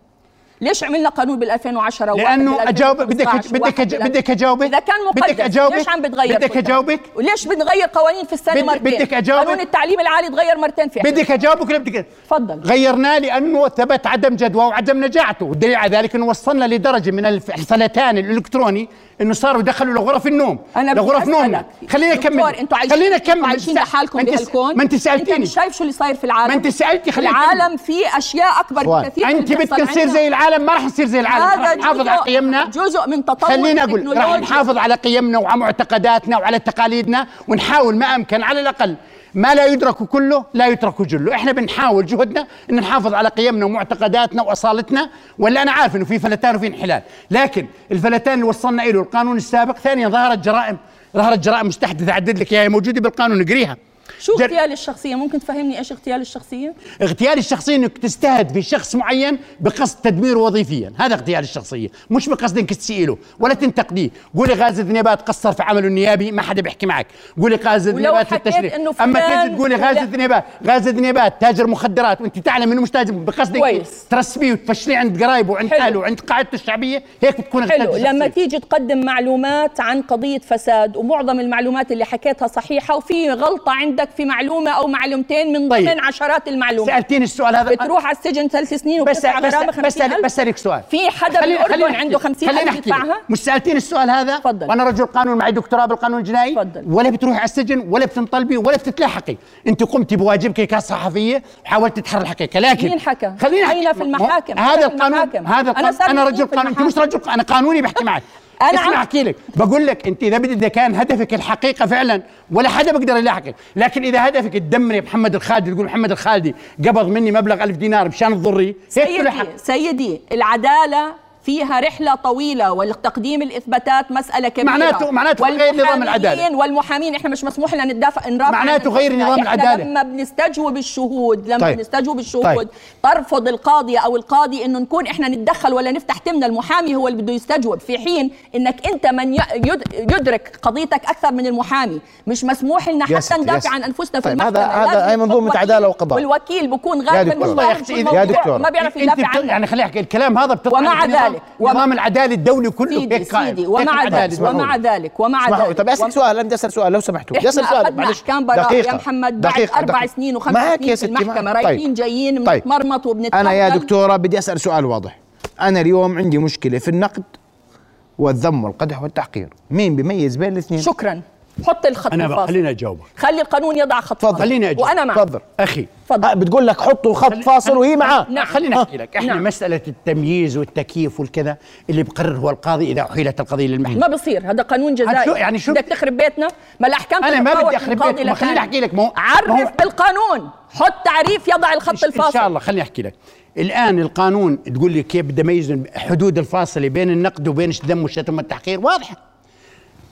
S3: ليش عملنا قانون بال 2010
S2: لانه اجاوب بدك بدك أج- بدك اجاوبك
S3: اذا كان مقدس
S2: بدك اجاوبك
S3: ليش عم بتغير
S2: بدك
S3: كل سنة؟
S2: اجاوبك
S3: وليش بنغير قوانين في السنه
S2: بدك-
S3: مرتين
S2: بدك أجاوبك؟
S3: قانون التعليم العالي تغير مرتين في
S2: بدك اجاوبك ولا بدك
S3: تفضل
S2: غيرناه لانه ثبت عدم جدوى وعدم نجاعته والدليل على ذلك انه وصلنا لدرجه من الحصلتان الالكتروني انه صاروا دخلوا لغرف النوم
S3: بدي
S2: لغرف
S3: أسألك.
S2: نومنا خلينا نكمل
S3: دكتور انتوا عايشين
S2: خلينا
S3: انتوا
S2: نكمل
S3: عايشين لحالكم
S2: ما أنت-
S3: بهالكون
S2: ما انت
S3: انت
S2: سالتيني
S3: مش شايف شو اللي صاير في العالم
S2: ما أنت سألتي، خلينا نكمل.
S3: العالم في اشياء اكبر
S1: أخوان،
S3: بكثير
S2: انت
S3: من اللي
S2: بدك
S3: بيحصل
S2: نصير
S3: عندنا.
S2: زي العالم ما راح نصير زي العالم
S3: هذا
S2: رح نحافظ
S3: جزء-
S2: على قيمنا
S3: جزء من تطور
S2: خليني اقول راح
S3: التكنولوجيا.
S2: نحافظ على قيمنا وعلى معتقداتنا وعلى تقاليدنا ونحاول ما امكن على الاقل ما لا يدرك كله لا يترك جله احنا بنحاول جهدنا ان نحافظ على قيمنا ومعتقداتنا واصالتنا ولا انا عارف انه في فلتان وفي انحلال لكن الفلتان اللي وصلنا اليه القانون السابق ثانيا ظهرت جرائم ظهرت جرائم مستحدثه اعدد لك اياها موجوده بالقانون اقريها
S3: شو
S2: جر-
S3: اغتيال الشخصيه ممكن تفهمني ايش اغتيال الشخصيه
S2: اغتيال الشخصية انك تستهد في شخص معين بقصد تدميره وظيفيا، هذا اغتيال الشخصية، مش بقصد انك تسيئله ولا تنتقديه، قولي غازي الذنيبات قصر في عمله النيابي ما حدا بيحكي معك، قولي غازي
S3: ولو
S2: الذنيبات في
S3: حكيت
S2: التشريع،
S3: إنه
S2: اما
S3: فلان
S2: تيجي تقولي
S3: ولا-
S2: غازي الذنيبات، غازي الذنيبات تاجر مخدرات وانت تعلم انه مش تاجر بقصد إنك
S3: كويس.
S2: ترسبيه وتفشليه عند قرايبه وعند
S3: حلو.
S2: اهله وعند قاعدته الشعبية، هيك بتكون اغتيال
S3: حلو لما
S2: الشخصية.
S3: تيجي تقدم معلومات عن قضية فساد ومعظم المعلومات اللي حكيتها صحيحة وفي غلطة عندك في معلومة أو معلومتين من ضمن
S2: طيب.
S3: عشرات المعلومات
S2: سألتيني السؤال هذا
S3: بتروح على السجن ثلاث سنين
S2: بس
S3: وبتدفع غرامة
S2: بس بس
S3: 50 ألف
S2: بسألك سؤال
S3: في حدا
S2: خليني-
S3: بالأردن
S2: خليني أحكي
S3: عنده
S2: لك.
S3: 50
S2: خليني
S3: ألف
S2: أحكي لك.
S3: يدفعها؟
S2: مش سالتيني السؤال هذا
S3: تفضل.
S2: وانا رجل قانون معي دكتوراه بالقانون الجنائي
S3: تفضل.
S2: ولا بتروحي على السجن ولا بتنطلبي ولا بتتلاحقي انت قمتي بواجبك كصحفية وحاولت تحرر الحقيقه لكن
S3: مين حكى؟
S2: خليني أحكي-
S3: أين في المحاكم؟ أين في
S2: هذا القانون
S3: المحاكم؟
S2: هذا
S3: أنا
S2: القانون-
S3: سألت
S2: انا
S3: مين
S2: رجل
S3: في
S2: قانون انت مش
S3: المحاكم؟
S2: رجل انا قانوني بحكي معك
S3: أنا
S2: اسمع
S3: عم-
S2: احكي لك بقول لك انت اذا بدي اذا كان هدفك الحقيقه فعلا ولا حدا بقدر يلاحقك لكن اذا هدفك تدمري محمد الخالدي تقول محمد الخالدي قبض مني مبلغ ألف دينار مشان تضري هيك تلحق.
S3: سيدي سيدي العدالة فيها رحلة طويلة وتقديم الإثباتات مسألة كبيرة
S2: معناته- معناته غير نظام
S3: والمحامين
S2: العدالة.
S3: والمحامين إحنا مش مسموح لنا ندافع نرافع عن
S2: معناته غير
S3: أنفسنا.
S2: نظام
S3: إحنا
S2: العدالة.
S3: لما بنستجوب الشهود لما
S1: طيب.
S3: طيب. بنستجوب الشهود
S1: طيب.
S3: طيب. ترفض القاضية أو القاضي إنه نكون إحنا نتدخل ولا نفتح تمنا المحامي هو اللي بده يستجوب في حين إنك أنت من ي- يد- يدرك قضيتك أكثر من المحامي مش مسموح لنا
S1: يا ستي،
S3: حتى
S1: يا
S3: ندافع
S1: ستي.
S3: عن أنفسنا في
S1: طيب،
S3: المحكمة
S1: هذا- هذا
S3: لازم
S1: هي منظومة
S3: يكون
S1: عدالة
S3: وكيل.
S1: وقضاء.
S3: والوكيل بكون
S1: يا
S3: غالبا
S1: دكتور.
S3: مختار
S1: والله
S3: في
S2: إذا-
S3: الموضوع،
S1: يا دكتور.
S3: ما بيعرف
S2: انت
S3: يدافع
S2: بت-
S3: عنه
S2: يعني خليني احكي الكلام هذا بتطلع
S3: ومع
S2: في نظام-
S3: ذلك، ومع-
S2: نظام العداله الدولي كله
S3: سيدي
S2: هيك قائم
S3: سيدي
S2: كيف
S3: ومع
S2: العدالة؟
S3: ذلك ومع ذلك ومع
S1: اسمحوا لي.
S3: ذلك
S1: طب اسال
S3: ومع-
S1: طيب، سؤال لم تسال سؤال لو سمحتوا بدي
S3: احنا
S1: اسال سؤال
S3: اخذنا
S1: معلش
S3: احكام براء
S1: دقيقة.
S3: يا محمد بعد
S1: دقيقة.
S3: اربع سنين وخمس
S1: معك
S3: سنين
S1: يا
S3: في
S1: ستي، طيب.
S3: المحكمة،
S1: معك.
S3: رايحين جايين بنتمرمط وبنتفضل.
S1: انا يا دكتوره بدي اسال سؤال واضح انا اليوم عندي مشكله في النقد والذم والقدح والتحقير مين بيميز بين الاثنين
S3: شكرا حط الخط
S2: انا بقى
S3: الفاصل.
S2: خليني اجاوبك
S3: خلي القانون يضع خط
S1: تفضل.
S3: فاصل.
S2: خليني أجيب.
S3: وانا معك
S1: تفضل
S2: اخي
S3: تفضل
S1: آه، بتقول لك حطوا خط فاصل وهي معاه
S3: نعم.
S2: خليني احكي لك احنا
S3: نعم.
S2: مساله التمييز والتكييف والكذا اللي بقرر هو القاضي اذا احيلت القضيه للمحكمه
S3: ما بصير هذا قانون جزائي
S2: شو- يعني شو-
S3: بدك تخرب بيتنا ما الاحكام
S2: أنا ما
S3: تتفاوت من
S2: بدي أخرب
S3: قاضي
S2: بيتكم.
S3: للثاني.
S2: خليني أحكي لك، ما هو- ما هو-
S3: عرف بالقانون حط تعريف يضع الخط
S2: ان
S3: الفاصل
S2: شاء الله خليني احكي لك الان القانون تقول لي كيف بدي اميز حدود الفاصله بين النقد وبين الذم والشتم والتحقير واضحه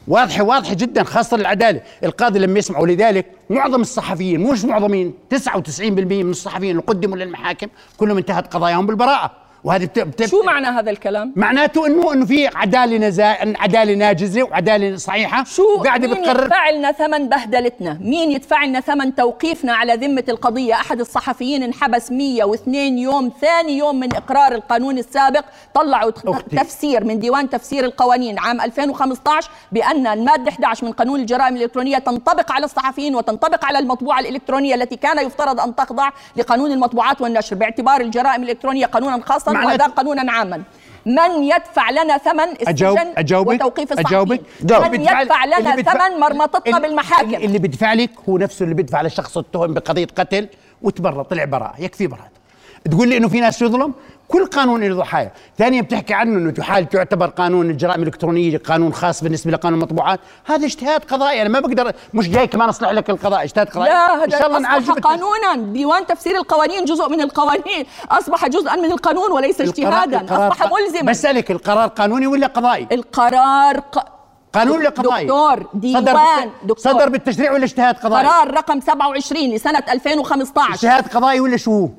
S2: واضحه واضحه جدا خاصه للعداله القاضي لما يسمع ولذلك معظم الصحفيين مش معظمين 99% من الصحفيين اللي قدموا للمحاكم كلهم انتهت قضاياهم بالبراءه وهذه بت... بت...
S3: شو معنى هذا الكلام
S2: معناته انه انه في عداله نزا... عداله ناجزه وعداله صحيحه
S3: شو
S2: قاعده
S3: مين
S2: بتقرر
S3: يدفع لنا ثمن بهدلتنا مين يدفع لنا ثمن توقيفنا على ذمة القضية أحد الصحفيين انحبس 102 يوم ثاني يوم من إقرار القانون السابق طلعوا تخ-
S2: أختي.
S3: تفسير من ديوان تفسير القوانين عام 2015 بأن المادة 11 من قانون الجرائم الإلكترونية تنطبق على الصحفيين وتنطبق على المطبوعة الإلكترونية التي كان يفترض أن تخضع لقانون المطبوعات والنشر باعتبار الجرائم الإلكترونية قانونا خاصا
S2: معناته-
S3: وهذا قانونا عاما من يدفع لنا ثمن
S2: أجاوب-
S3: السجن
S2: أجاوبك؟
S3: وتوقيف الصحفيين
S2: أجاوبك؟
S1: جاوب.
S3: من
S2: اللي بدفع-
S3: يدفع لنا
S2: اللي بدفع-
S3: ثمن مرمطتنا
S2: اللي-
S3: بالمحاكم
S2: اللي بدفع لك هو نفسه اللي بدفع للشخص التهم بقضيه قتل وتبرى طلع براءه يكفي براءه تقول لي انه في ناس يظلم كل قانون له ضحايا ثانيا بتحكي عنه انه تحال تعتبر قانون الجرائم الالكترونيه قانون خاص بالنسبه لقانون المطبوعات هذا اجتهاد قضائي انا ما بقدر مش جاي كمان اصلح لك القضاء اجتهاد قضائي
S3: لا
S2: ان شاء الله نعالج
S3: أصبح قانونا ديوان تفسير القوانين جزء من القوانين أصبح جزءا من القانون وليس اجتهادا أصبح ملزما
S2: بسالك القرار قانوني ولا قضائي
S3: القرار ق...
S2: قانون ولا قضائي
S3: دكتور
S2: صدر
S3: ديوان
S2: بالت-
S3: دكتور
S2: صدر بالتشريع ولا اجتهاد قضائي
S3: قرار رقم 27 لسنة 2015
S2: اجتهاد قضائي ولا شو هو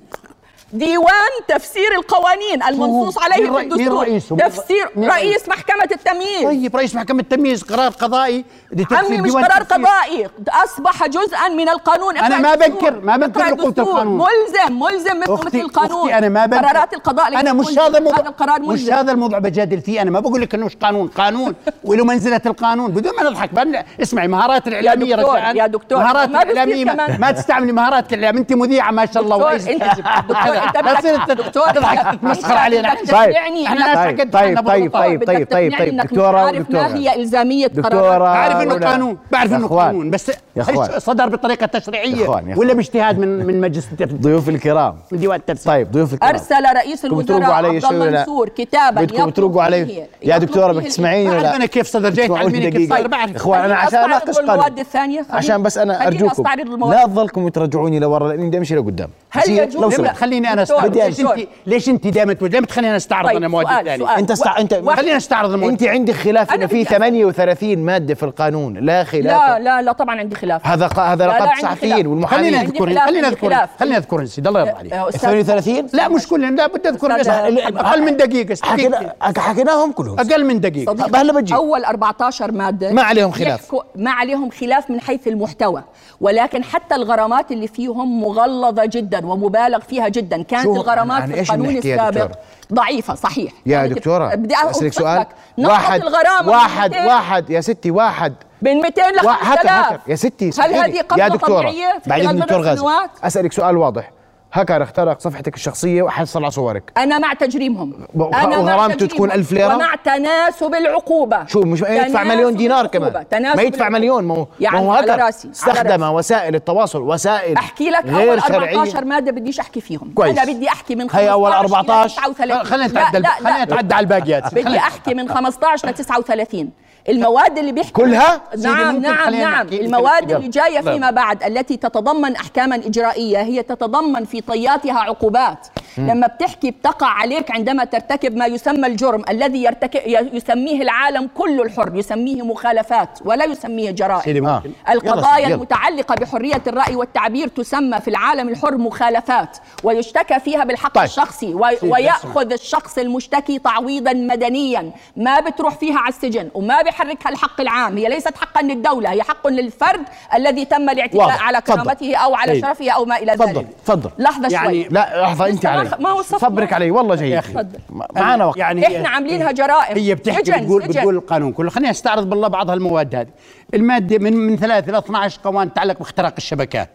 S3: ديوان تفسير القوانين المنصوص
S2: مين
S3: عليه في
S2: رئي- مين رئيسه؟
S3: الدستور
S2: مين
S3: تفسير
S2: مين رئيس؟
S3: رئيس محكمة التمييز
S2: طيب رئيس محكمة التمييز قرار قضائي لتكفير
S3: عمي مش
S2: ديوان
S3: قرار
S2: التكفير.
S3: قضائي اصبح جزءا من القانون
S2: أنا
S3: اقرأ
S2: ما
S3: الدستور.
S2: بنكر- ما بنكر
S3: اقرأ
S2: لقوة
S3: الدستور.
S2: القانون.
S3: ملزم ملزم مثل مثل
S2: أختي
S3: القانون
S2: أختي أنا ما بنكر
S3: قرارات القضاء
S2: أنا
S3: لكن
S2: مش
S3: ملزم.
S2: هذا
S3: هذا
S2: موضوع
S3: القرار
S2: مش
S3: ملزم
S2: هذا الموضوع بجادل فيه أنا ما بقول لك إنه مش قانون قانون وله منزلة القانون بدون ما نضحك بن- اسمعي مهارات الإعلامية
S3: دكتور،
S2: رجاء
S3: يا دكتور،
S2: مهارات
S3: ما بصير
S2: الإعلامية ما,
S3: كمان.
S2: ما تستعملي مهارات الإعلام أنت مذيعة ما شاء الله
S3: دكتور،
S2: وعيش.
S3: أنت- دكتور، أنت
S2: لا
S3: بدك-
S2: تصير أنت
S3: دكتور،
S2: تضحك
S3: أنت-
S2: تتمسخر
S3: أنت
S2: علينا
S3: بدك
S2: إحنا-
S3: تقنعني.
S2: إحنا ناس
S1: طيب
S2: حقتنا
S1: طيب
S2: نبغى
S1: طيب
S2: نطور.
S1: طيب طيب طيب طيب
S3: دكتورة
S1: دكتورة
S3: دكتورة ما
S1: دكتورة
S3: هي إلزامية
S1: دكتورة
S3: قرارات
S2: بعرف انه
S1: ولا-
S2: قانون بعرف
S1: يا
S2: انه
S1: إخوان،
S2: قانون بس
S1: يا إخوان.
S2: صدر بطريقه تشريعيه
S1: يا إخوان، يا
S2: ولا
S1: إخوان.
S2: باجتهاد من من مجلس
S3: طيب،
S2: التف-
S1: ضيوف الكرام
S2: من ديوان التفسير
S1: طيب ضيوف الكرام
S3: أرسل رئيس
S1: بدكم
S3: الوزراء
S1: تروقوا علي
S3: عبد
S1: شوي
S3: الله
S1: ولا-
S3: منصور كتابا
S1: بدكم
S3: يطلب
S1: تروقوا
S3: فيه-
S1: علي يا
S3: يطلب
S1: دكتورة
S3: فيه
S1: بتسمعيني
S3: الإثبات.
S1: ولا
S2: بعرف انا كيف صدر جاي
S1: اسمعوني
S2: تعلميني كيف
S1: دقيقة
S2: صدر بعرف
S1: اخوان انا
S3: خليني
S1: عشان
S3: أستعرض
S1: اناقش قانون
S3: المواد الثانية. خليني-
S1: عشان بس انا
S3: خليني
S1: ارجوكم
S3: أستعرض المواد.
S1: لا تظلكم ترجعوني لورا لاني بدي امشي لقدام
S3: هل
S1: أصير
S3: يجوز-
S1: لو
S3: لا،
S1: سمحت
S2: خليني انا
S3: دكتور،
S2: استعرض
S1: بدي
S2: ليش
S3: دكتور.
S2: انت ليش انت دائما ليه ما تخليني انا استعرض
S3: طيب،
S2: انا مواد
S3: سؤال-
S2: الثانيه
S3: سؤال.
S1: انت استع... انت
S2: خليني استعرض المواد
S1: انت عندي خلاف
S3: أنا
S1: انه في
S3: بدي أسأل.
S1: 38 ماده في القانون لا
S3: لا
S1: خلاف
S3: لا لا طبعا عندي خلاف
S1: هذا ق- هذا
S3: لا، لا،
S1: لقب
S3: عندي
S1: صحفيين
S3: خلاف.
S2: خلينا
S1: والمحامين
S3: عندي
S2: اذكر
S3: خلاف،
S2: خلينا
S3: عندي
S2: اذكر
S3: خلاف.
S2: خلينا اذكر سيدي الله يرضى
S3: أه،
S2: عليك
S3: أستاذ-
S1: 38
S2: لا مش كلنا لا بدي اذكر
S3: أستاذ
S2: ليش
S3: محمد.
S2: اقل من
S3: أه،
S2: دقيقه
S1: حكينا
S2: دقيقتين.
S1: حكيناهم كلهم
S2: اقل من دقيقه
S3: صديقي،
S1: طب هلا بتجي.
S3: اول 14 ماده
S1: ما عليهم خلاف.
S3: يحكوا ما عليهم خلاف من حيث المحتوى ولكن حتى الغرامات اللي فيهم مغلظه جدا ومبالغ فيها جدا كانت
S1: شو-
S3: الغرامات
S1: عن
S3: في
S1: إيش
S3: القانون
S1: بنحكي يا
S3: السابق
S1: دكتورة؟
S3: ضعيفه صحيح
S1: يا
S3: كانت-
S1: يعني دكتورة
S3: يعني بدي
S1: اسالك سؤال
S3: واحد الغرامه
S1: واحد
S3: من 200
S1: واحد يا ستي واحد
S3: من 200 ل
S1: وا- هكا هكا
S3: 5000
S1: يا ستي
S3: هل
S1: اسمحي لي.
S3: هذه قفزه
S1: يا دكتورة
S3: طبيعيه في
S1: بعدين
S3: خلال
S1: دكتور
S3: بضع
S1: غازي
S3: سنوات
S1: اسالك سؤال واضح هكر اخترق صفحتك الشخصيه وحصل على صورك
S3: انا مع تجريمهم
S1: ب-
S3: انا مع
S1: وغرامته
S3: تجريمهم.
S1: تكون ألف ليرة؟
S3: ومع تناسب العقوبه
S1: شو مش يدفع
S3: تناسب
S1: مليون دينار
S3: العقوبة.
S1: كمان
S3: تناسب
S1: ما يدفع
S3: العقوبة.
S1: مليون ما هو
S3: يا
S1: ما هو
S3: عمي، على
S1: هكر
S3: راسي، على
S1: استخدم
S3: راسي.
S1: وسائل التواصل وسائل
S3: احكي لك
S1: غير
S3: اول
S1: شرعية.
S3: 14 ماده بديش احكي فيهم
S1: كويس.
S3: انا بدي احكي من 15
S1: هي أول 14.
S3: ل 39
S2: خلينا
S3: لا،
S2: نتعدى
S3: لا،
S2: خلينا
S3: لا.
S2: نتعدى على الباقيات
S3: بدي
S2: خلينا-
S3: احكي من 15 ل 39 المواد اللي بيحكي
S1: كلها؟
S2: سيدي
S3: نعم
S2: ممكن
S3: نعم
S2: خلينا
S3: نعم
S2: نحكي-
S3: المواد
S2: نحكي-
S3: اللي جايه فيما بعد التي تتضمن احكاما اجرائيه هي تتضمن في طياتها عقوبات لما بتحكي بتقع عليك عندما ترتكب ما يسمى الجرم الذي يرتكب يسميه العالم كله الحر يسميه مخالفات ولا يسميه جرائم
S2: سيدي
S1: آه.
S2: ممكن
S3: القضايا
S1: يلا.
S3: المتعلقة بحرية الرأي والتعبير تسمى في العالم الحر مخالفات ويشتكى فيها بالحق
S1: طيب.
S3: الشخصي و-
S2: سيدي،
S3: ويأخذ الشخص المشتكي تعويضا مدنيا ما بتروح فيها على السجن وما بيحركها الحق العام هي ليست حقا للدولة هي حق للفرد الذي تم الاعتداء
S1: واضح.
S3: على
S1: تفضل.
S3: كرامته أو على
S2: طيب.
S3: شرفه أو ما إلى ذلك
S1: تفضل تفضل
S3: لحظة
S2: يعني
S3: شوي
S1: لا لحظه انت
S3: مستر
S1: علي
S3: أخ- ما هو الصف-
S1: صبرك علي والله جيد
S3: تفضل.
S1: م- معانا وقت
S2: يعني هي-
S3: احنا عاملينها جرائم
S2: هي بتحكي
S3: سجن،
S2: بتقول
S3: سجن.
S2: بتقول القانون كله خليني استعرض بالله بعض هالمواد هذه الماده من من 3 الى 12 قوانين تتعلق باختراق الشبكات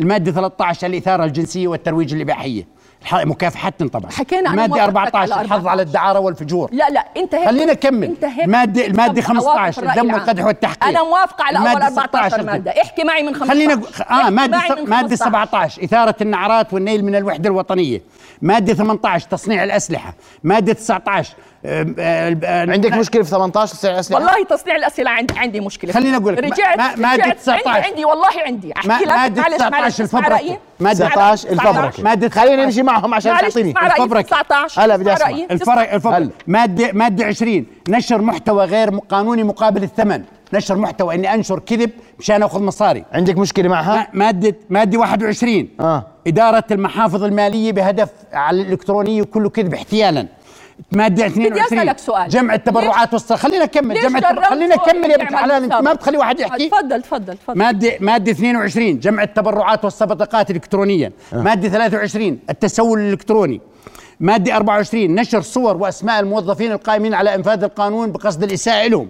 S2: الماده 13 الاثاره الجنسيه والترويج الاباحيه الح- مكافحه طبعا
S3: حكينا عن
S2: الماده
S3: موافقتك
S2: 14
S3: على
S2: الحظ
S3: 14.
S2: على الدعاره والفجور
S3: لا لا انت هيك
S2: خلينا نكمل.
S3: انت هيك
S2: مادة- المادة
S3: بتسمع عواطف
S2: 15
S3: الرأي
S2: الدم
S3: العام.
S2: والقدح والتحقير.
S3: انا موافقه على اول
S2: المادة
S3: 14
S2: 16
S3: ماده احكي معي من 15
S2: خلينا اه
S3: احكي
S2: ماده
S3: معي
S2: س-
S3: من 15.
S2: ماده 17 اثاره النعرات والنيل من الوحده الوطنيه ماده 18 تصنيع الاسلحه ماده 19 آم، آه، آه،
S1: عندك مشكله في 18 ساعه اسئله
S3: والله تصنيع الاسئله عندي عندي مشكله
S2: خليني أقول لك، ما-
S3: رجعت
S2: ما- مادة
S3: رجعت عندي-
S2: 19.
S3: عندي والله عندي احكي
S2: ما-
S3: لك
S2: مادة
S3: معلش
S2: 19
S3: معلش اسمع
S2: الفبركة.
S3: رأيي.
S2: مادة
S1: 19 الفبركه
S2: مادة
S1: خلينا نمشي معهم عشان
S3: معلش
S1: تعطيني
S3: اسمع رأيي في
S2: الفبركة.
S3: 19
S1: هلا بدي
S3: اسمع
S1: أسمع.
S3: رأيي في
S2: الفرق الفرق
S1: هل-
S2: ماده ماده 20 نشر محتوى غير قانوني مقابل الثمن نشر محتوى اني انشر كذب مشان اخذ مصاري
S1: عندك مشكله معها
S3: آه.
S2: ما- ماده ماده 21
S1: آه.
S2: اداره المحافظ الماليه بهدف على الالكترونيه كله كذب احتيالا ماده 22
S3: أسألك سؤال.
S2: جمع التبرعات والصرف خلينا نكمل
S3: ليش
S2: جمع التبر...
S3: جربت
S2: خلينا
S3: تروح
S2: نكمل يا بنت
S3: تعمل
S2: حلال انت ما
S3: مسابقة؟
S2: بتخلي واحد يحكي
S3: تفضل تفضل تفضل
S2: مادة مادة 22 جمع التبرعات والصفقات الكترونيا،
S1: آه.
S2: مادة 23 التسول الالكتروني، مادة 24 نشر صور واسماء الموظفين القائمين على انفاذ القانون بقصد الاساءة لهم.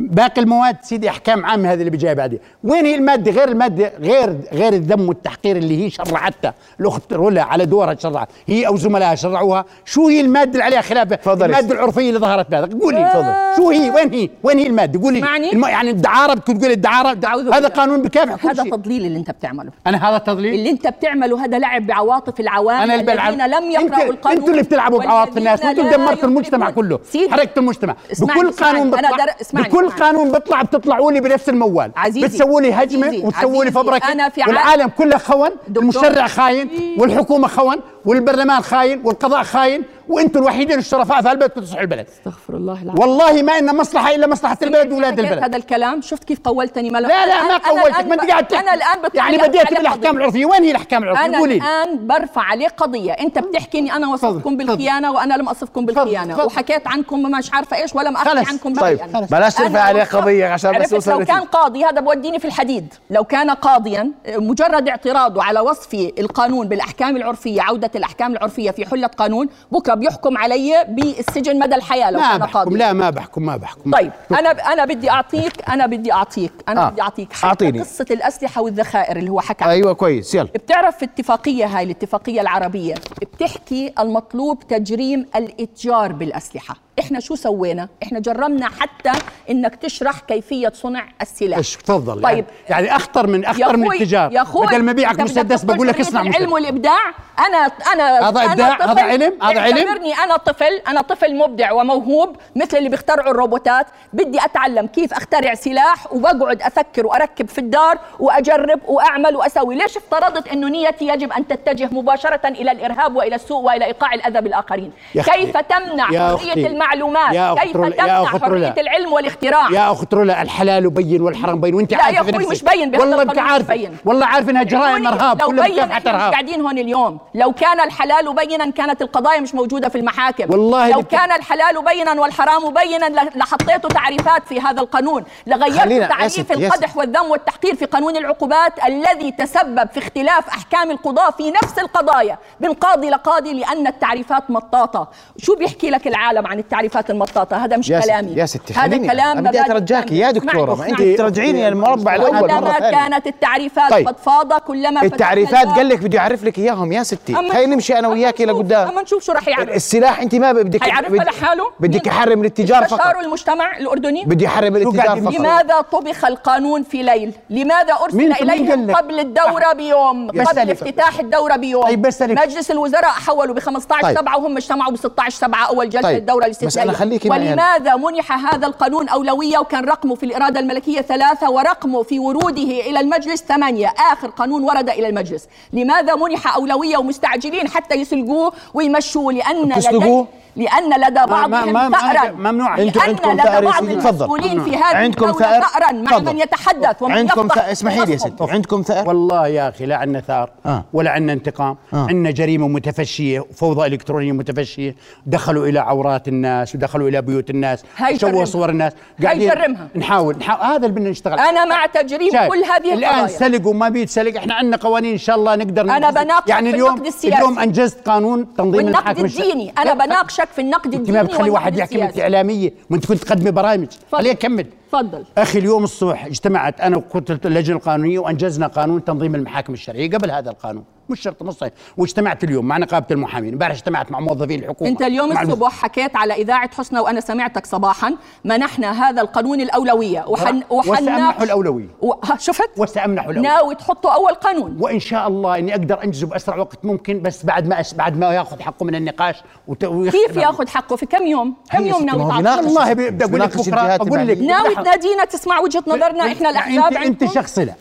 S2: باقي المواد سيدي احكام عامة هذه اللي بجاي بعدين، وين هي المادة غير المادة غير غير الذم والتحقير اللي هي شرعتها الاخت رولا على دورها شرعت هي او زملائها شرعوها، شو هي المادة اللي عليها خلاف
S1: تفضل يا
S2: المادة
S1: سيدي.
S2: العرفية اللي ظهرت بهذا؟ قولي
S1: تفضل.
S2: شو هي؟ وين هي؟ وين هي المادة؟ قولي
S3: اسمعني.
S2: الم... يعني الدعارة بتكون تقول الدعارة
S3: أعوذ
S2: هذا
S3: بالله.
S2: قانون بكافح كل
S3: هذا
S2: شيء
S3: تضليل اللي انت بتعمله
S2: انا هذا تضليل
S3: اللي انت بتعمله هذا لعب بعواطف العوام
S2: انا اللي بلعب
S3: الذين لم يقرأوا
S2: انتوا-
S3: القانون
S2: انتوا اللي بتلعبوا بعواطف
S3: والذين
S2: الناس انتوا
S3: لا
S2: دمرتوا المجتمع
S3: يدركون.
S2: كله
S3: سيدي،
S2: حركت المجتمع
S3: اسمعني،
S2: بكل
S3: اسمعني،
S2: قانون
S3: أنا
S2: بطلع
S3: در- اسمعني،
S2: بكل
S3: اسمعني.
S2: قانون بطلع بتطلعوا لي بنفس الموال
S3: عزيزي،
S2: بتسووا لي هجمه
S3: عزيزي،
S2: وتسووا لي
S3: عزيزي،
S2: فبركه
S3: أنا في عا-
S2: والعالم كله خون
S3: دكتور. إيه.
S2: المشرع خاين والحكومه خون والبرلمان خاين والقضاء خاين وانتوا الوحيدين الشرفاء في هالبلد كنتوا تصلحوا البلد
S3: استغفر الله العظيم
S2: والله ما ان مصلحه الا مصلحه البلد واولاد
S3: حكيت
S2: البلد
S3: هذا الكلام شفت كيف قولتني ما
S2: لا لا ما قولتك ما انت قاعد تحكي
S3: انا الان بتطلع
S2: يعني
S3: لك
S2: بديت
S3: على
S2: بالاحكام
S3: قضية.
S2: العرفيه وين هي الاحكام العرفيه
S3: انا
S2: قولي لي.
S3: الان برفع عليه قضيه انت بتحكي اني انا وصفتكم
S2: تفضل، تفضل.
S3: بالخيانه وانا لم اصفكم
S2: تفضل،
S3: بالخيانه
S2: تفضل.
S3: وحكيت عنكم مش عارفه ايش ولم احكي
S2: خلص،
S3: عنكم
S1: طيب،
S3: بغياً.
S1: خلاص. بلاش ترفع
S3: أنا
S1: عليه
S3: وصفت-
S1: قضية عشان بس
S3: عرفت
S1: يوصل
S3: لو
S1: لنتيجة.
S3: كان قاضي هذا بوديني في الحديد لو كان قاضيا مجرد اعتراضه على وصفي القانون بالاحكام العرفيه عوده الاحكام العرفيه في حله قانون بكره بيحكم علي بالسجن مدى الحياه لو
S2: ما
S3: كان
S2: بحكم
S3: قاضي
S2: لا ما بحكم ما بحكم
S3: طيب انا انا بدي اعطيك انا بدي اعطيك انا
S1: آه،
S3: آه. بدي اعطيك حتى
S1: أعطيني.
S3: قصه الاسلحه والذخائر اللي هو حكى عنها
S1: ايوه كويس يلا
S3: بتعرف في الاتفاقيه هاي الاتفاقيه العربيه بتحكي المطلوب تجريم الاتجار بالاسلحه احنا شو سوينا احنا جرمنا حتى انك تشرح كيفيه صنع السلاح
S2: ايش تفضل
S3: طيب.
S2: طيب يعني, يعني اخطر من اخطر من
S3: أخوي-
S2: التجار
S3: يا اخوي
S2: بدل ما ابيعك
S3: أنت بدك
S2: مسدس
S3: تدخل
S2: بقول لك
S3: حرية
S2: اصنع
S3: العلم
S2: مسدس
S3: والابداع انا انا
S2: هذا
S3: أنا
S2: إبداع؟
S3: طفل-
S2: هذا علم؟ هذا علم؟
S3: اعتبرني انا طفل انا طفل مبدع وموهوب مثل اللي بيخترعوا الروبوتات بدي اتعلم كيف اخترع سلاح وبقعد افكر واركب في الدار واجرب واعمل واسوي ليش افترضت انه نيتي يجب ان تتجه مباشره الى الارهاب والى السوء والى ايقاع الاذى بالاخرين
S2: يا أختي-
S3: كيف تمنع
S2: يا
S3: حريه
S2: أختي- يا
S3: المعلومات
S2: أخت
S3: كيف
S2: رولا- يا
S3: تمنع
S2: أخت رولا.
S3: حريه العلم والاختراع
S2: يا اخت رولا الحلال بين والحرام بين وانت
S3: لا يا
S2: عارفه
S3: أخوي
S2: بنفسك.
S3: مش بين بهذا
S2: والله انت
S3: القانون مش
S2: عارفه
S3: بين.
S2: والله عارف انها جرائم ارهاب
S3: لو
S2: كلها
S3: بين
S2: مكافحه
S3: احنا مش
S2: ارهاب
S3: قاعدين هون اليوم لو كان الحلال بينا كانت القضايا مش موجوده في المحاكم
S2: والله
S3: لو
S2: بت-
S3: كان الحلال بينا والحرام بينا ل- لحطيتوا تعريفات في هذا القانون
S1: خلينا-
S3: لغيرت
S1: يا
S3: تعريف
S1: ستي، يا
S3: القدح والذم والتحقير في قانون العقوبات الذي تسبب في اختلاف احكام القضاه في نفس القضايا من قاضي لقاضي لان التعريفات مطاطه شو بيحكي لك العالم عن التعريفات المطاطه هذا مش
S1: يا ستي-
S3: كلامي
S1: يا ستي
S3: هذا
S1: خليني
S3: كلام
S1: انا بدي
S3: مبادئ
S1: اترجاكي يا
S3: الإسلام.
S1: دكتوره ما
S3: اسمعني،
S1: انت
S3: اسمعني.
S1: ترجعيني للمربع الاول مره
S3: عندما
S1: ثانيه
S3: كانت التعريفات
S1: طيب.
S3: قد فاض كلما فتحنا
S1: التعريفات
S3: الباب.
S1: قال لك بدي اعرف لك اياهم يا ستي
S3: أما
S1: خلينا
S3: نشوف-
S1: نمشي انا
S3: أما
S1: وياك
S3: نشوف-
S1: لقدام
S3: أما نشوف شو رح يعمل
S1: السلاح انت ما بدك
S3: هيعرفها
S1: بدك-
S3: لحاله
S1: بدك
S3: مين-
S1: احرم الاتجار فقط
S3: استشاروا المجتمع الاردني
S1: بدي احرم الاتجار
S2: قاعدين-
S1: فقط
S3: لماذا طبخ القانون في ليل؟ لماذا أرسل
S2: مين- مين قال
S3: إليهم
S2: لك؟
S3: قبل الدورة بيوم؟ قبل
S2: بسألك.
S3: افتتاح الدورة بيوم
S2: طيب بسألك.
S3: مجلس الوزراء حولوا ب 15
S1: طيب.
S3: 7 وهم اجتمعوا ب 16 7 أول جلسة
S1: طيب.
S3: طيب. الدورة
S1: بس أنا
S3: الاستثنائية
S1: خليكي معي أنا.
S3: ولماذا منح هذا القانون أولوية وكان رقمه في الإرادة الملكية ثلاثة ورقمه في وروده إلى المجلس ثمانية آخر قانون ورد إلى المجلس لماذا منح أولوية مستعجلين حتى يسلقوه ويمشوه لان
S1: تسلقوه؟
S3: لدي لأن لدى
S2: ما- ما-
S3: بعضهم
S2: ما- ما-
S3: ثأرا
S2: ممنوع.
S3: لأن
S1: أنتوا عندكم ثأر
S3: لدى
S1: يا
S3: بعض
S1: سيدي؟ تفضل.
S3: المسؤولين في هذه
S1: عندكم
S3: الدولة
S1: ثأر؟
S3: ثأرا مع
S1: تفضل.
S3: من يتحدث ومن
S1: عندكم
S3: يفضح
S1: ثأر اسمحي لي يا
S3: وصفهم.
S1: ستي عندكم ثأر
S2: والله يا اخي لا عندنا ثار
S1: آه.
S2: ولا عندنا انتقام
S1: آه.
S2: آه. عندنا جريمه متفشيه وفوضى الكترونيه متفشيه دخلوا الى عورات الناس ودخلوا الى بيوت الناس
S3: هاي
S2: شوهوا
S3: جرمها.
S2: صور الناس
S3: هاي جرمها.
S2: نحاول, نحاول هذا اللي بدنا نشتغل
S3: أنا مع تجريم
S2: شايف؟
S3: كل هذه
S2: الان
S3: القضايا
S2: سلق وما بيتسلق احنا عندنا قوانين ان شاء الله نقدر
S3: أنا
S2: ننفذها.
S3: بناقشك
S2: يعني
S3: في
S2: اليوم
S3: النقد السياسي.
S2: اليوم انجزت قانون تنظيم
S3: والنقد
S2: المحاكم الش-
S3: الديني أنا
S2: لا،
S3: بناقشك في النقد
S2: انت
S3: الديني
S2: ما بتخلي واحد
S3: والنقد
S2: يحكي وانت
S3: السياسي.
S2: اعلاميه ما انت كنت تقدمي برامج خليه يكمل
S3: تفضل
S2: اخي اليوم الصبح اجتمعت انا وكتله اللجنه القانونيه وانجزنا قانون تنظيم المحاكم الشرعيه قبل هذا القانون مش شرط نص سنة. واجتمعت اليوم مع نقابه المحامين امبارح اجتمعت مع موظفين الحكومه
S3: انت اليوم
S2: مع المس-
S3: الصبح حكيت على اذاعه حسنى وانا سمعتك صباحا منحنا هذا القانون الاولويه وحن
S2: وسأمنح الأولوية.
S3: و... ها، شفت
S2: وسامنح له
S3: ناوي تحطه اول قانون
S2: وان شاء الله اني اقدر انجزه باسرع وقت ممكن بس بعد ما أس... بعد ما ياخذ حقه من النقاش وت... ويخ-
S3: كيف ياخذ حقه في كم يوم كم
S1: هي
S3: يوم
S1: ستي، ما هو
S3: ناوي
S1: بيناقش.
S3: تعطيه
S2: والله بدي اقول لك
S1: بناقش
S2: بكره
S1: الجهات
S2: اقول لك
S1: المعنية.
S3: ناوي
S2: بحق-
S3: تنادينا تسمع وجهه نظرنا احنا الاحزاب
S2: انت انت
S3: عندكم؟
S2: يعني شخص لا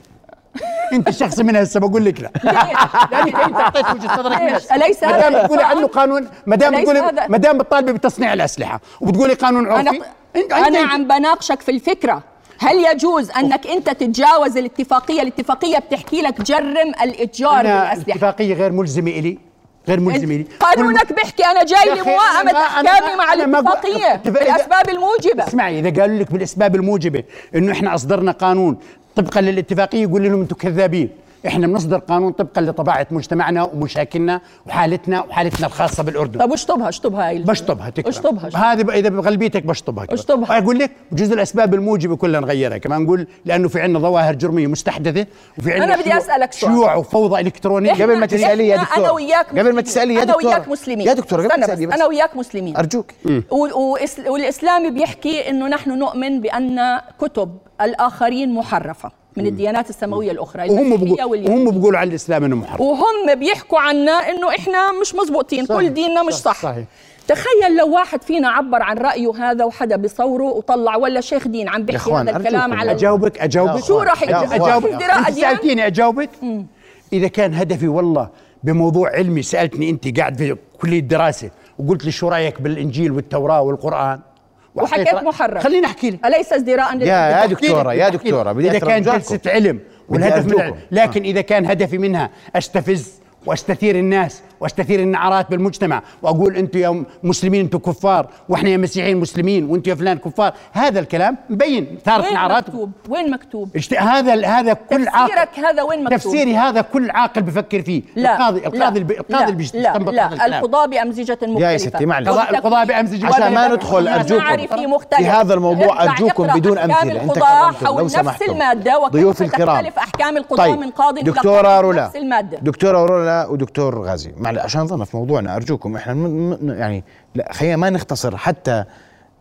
S2: انت شخص من هسه بقول لك لا
S1: يعني
S2: لانك انت اعطيت وجهه نظرك من
S3: ليش؟
S2: هسه
S3: أليس
S2: ما
S3: هذا
S2: دام بتقولي
S3: السؤال؟
S2: عنه قانون ما دام
S3: أليس
S2: بتقولي
S3: هذا-
S2: ما دام بتطالبي بتصنيع الاسلحه وبتقولي قانون عرفي
S3: انا انا عم بناقشك في الفكره هل يجوز انك انت تتجاوز الاتفاقيه الاتفاقيه بتحكي لك جرم الاتجار
S2: انا
S3: بالاسلحه
S2: اتفاقيه غير ملزمه الي غير ملزمه الي
S3: قانونك بيحكي انا
S2: يا
S3: جاي
S2: أخي،
S3: لموائمه
S2: أنا ما- أنا
S3: احكامي
S2: ما-
S3: مع
S2: أنا ما بقول-
S3: الاتفاقيه
S2: اتفاق- إذا-
S3: بالاسباب الموجبه
S2: اسمعي اذا قالوا لك بالاسباب الموجبه انه احنا اصدرنا قانون طبقا للاتفاقيه يقول لهم انتم كذابين احنا بنصدر قانون طبقا لطباعه مجتمعنا ومشاكلنا وحالتنا وحالتنا الخاصه بالاردن
S3: طب اشطبها اشطبها هاي
S2: بشطبها تكرم
S3: اشطبها اشطبها.
S2: هذه ب- اذا بغلبيتك بشطبها كمان.
S3: اشطبها.
S2: اقول لك بجوز الاسباب الموجبه كلها نغيرها كمان نقول لانه في عندنا ظواهر جرميه مستحدثه وفي عندنا
S3: أنا بدي
S2: شيوع-
S3: أسألك سؤال.
S2: شيوع وفوضى الكترونيه
S3: إحنا-
S1: قبل ما تسألي يا
S3: إحنا
S1: دكتور.
S3: أنا وياك
S1: قبل ما
S3: مسلمين.
S1: تسألي يا
S3: أنا
S1: دكتورة.
S3: وياك مسلمين
S1: يا دكتورة، قبل ما
S3: استنى
S1: تسألي
S3: بس.
S1: بس.
S3: أنا وياك مسلمين
S1: أرجوك.
S3: وال- وإس- والإسلام بيحكي إنه نحن نؤمن بأن كتب الآخرين محرفة من الديانات السماوية الأخرى
S2: وهم
S3: المسيحية
S2: بقول
S3: واليهودية.
S2: وهم بقولوا عن الاسلام انه محرم
S3: وهم بيحكوا عنا انه احنا مش مزبوطين
S2: صحيح.
S3: كل ديننا مش
S2: صح-
S3: صح,
S2: صحيح.
S3: تخيل لو واحد فينا عبر عن رايه هذا وحدا بصوره وطلع ولا شيخ دين عم بيحكي
S1: إخوان،
S3: هذا الكلام
S1: أرجوكم،
S3: على
S2: اجاوبك اجاوبك
S3: شو راح
S1: يا
S3: يجاوب؟
S1: أخوان.
S2: اجاوبك
S3: ازدراء
S2: انت
S3: أديان؟
S2: سالتيني اجاوبك اذا كان هدفي والله بموضوع علمي سالتني انت قاعد في كليه دراسه وقلت لي شو رايك بالانجيل والتوراه والقران وأعطيت
S3: وحكيت
S2: رأي-
S3: محرم.
S2: خليني احكي لك
S3: اليس ازدراء للإنجيل؟
S1: آه، يا دكتورة، يا دكتورة، بدي
S2: اذا كان
S1: أترجاكم.
S2: جلسه علم
S1: بدي
S2: والهدف من
S1: أرجوكم.
S2: العلم لكن اذا كان هدفي منها استفز واستثير الناس واستثير النعرات بالمجتمع واقول انتم يا مسلمين انتم كفار واحنا يا مسيحيين مسلمين وانتم يا فلان كفار هذا الكلام مبين ثارت
S3: وين
S2: نعرات
S3: مكتوب؟ وين مكتوب؟
S2: اجت- هذا هذا كل عاقل
S3: تفسيرك هذا وين مكتوب؟
S2: تفسيري هذا كل عاقل بفكر فيه
S3: لا
S2: القاضي القاضي الب- القاضي اللي
S3: لا لا,
S2: بيستنبط هذا
S3: لا
S2: الكلام
S3: القضاة بأمزجة مختلفة
S1: ستي، معلش.
S2: القضاء- القضاء بأمزجة
S1: عشان ما
S2: ولا-
S1: ندخل
S2: ولا
S1: أرجوكم
S3: معارفي مختلف.
S1: في هذا الموضوع
S3: ارجع
S1: أرجوكم
S3: اقرأ
S1: بدون
S3: أحكام
S1: أمثلة أنت
S3: القضاة
S1: كرمتم
S3: حول
S1: لو
S3: نفس
S1: سمحتم
S3: المادة وكيف
S1: ضيوف الكرام
S3: تختلف أحكام القضاة
S1: طيب
S3: من قاضي إلى
S1: دكتورة
S3: قاضي في
S1: رولا
S3: نفس المادة.
S1: دكتورة رولا ودكتور غازي معلش عشان ظلنا في موضوعنا أرجوكم إحنا م- م- يعني لا خلينا ما نختصر حتى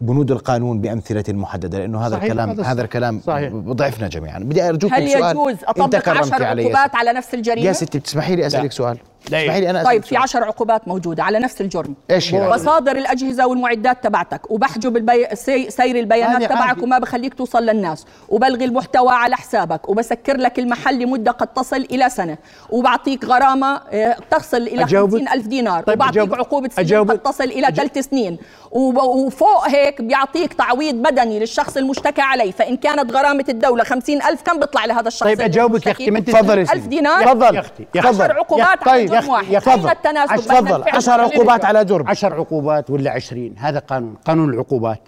S1: بنود القانون بأمثلة محددة لأنه هذا
S2: صحيح،
S1: الكلام
S2: هذا
S1: هذا
S2: صحيح.
S1: الكلام
S2: صحيح.
S1: ضعفنا جميعا بدي أرجوكم
S3: هل
S1: سؤال
S3: يجوز
S1: أنت
S3: أطبق
S1: كرمت
S3: عشر
S1: علي يا
S3: عقوبات
S1: ستي.
S3: على نفس الجريمة؟
S1: يا ستي بتسمحي لي أسألك سؤال بتسمحي لي أنا أسألك
S3: طيب في
S1: سؤال.
S3: عشر عقوبات موجودة على نفس الجرم
S1: إيش يعني؟ هي العقوبات؟
S3: مصادر الأجهزة والمعدات تبعتك وبحجب البي... سي... سير البيانات
S1: يعني
S2: هذه
S3: تبعك
S2: عادي.
S3: وما بخليك توصل للناس وبلغي المحتوى على حسابك وبسكر لك المحل لمدة قد تصل إلى سنة وبعطيك غرامة آه، تصل إلى
S2: أجاوبك؟
S3: 50 ألف دينار
S2: طيب
S3: وبعطيك
S2: أجاوبك؟
S3: عقوبة سجن
S2: أجاوبك؟
S3: قد تصل إلى
S2: أج-
S3: ثلاث سنين وب... وفوق هيك بيعطيك تعويض بدني للشخص المشتكى عليه فإن كانت غرامة الدولة 50 ألف كم بيطلع لهذا الشخص
S2: طيب أجاوبك يا أختي، ما أنت-
S1: تفضل يا
S3: 1000
S1: سيدي
S3: دينار
S1: تفضل
S2: يا أختي، يا أختي.
S3: عشر عقوبات على
S2: طيب،
S3: جرم
S2: يا أختي،
S3: واحد
S2: يا أخي،
S3: أين التناسب
S2: عشر-
S3: بين
S1: تفضل،
S3: الفعل
S1: عشر
S3: والفعل؟
S1: عقوبات على جرم
S2: عشر عقوبات ولا عشرين هذا قانون قانون العقوبات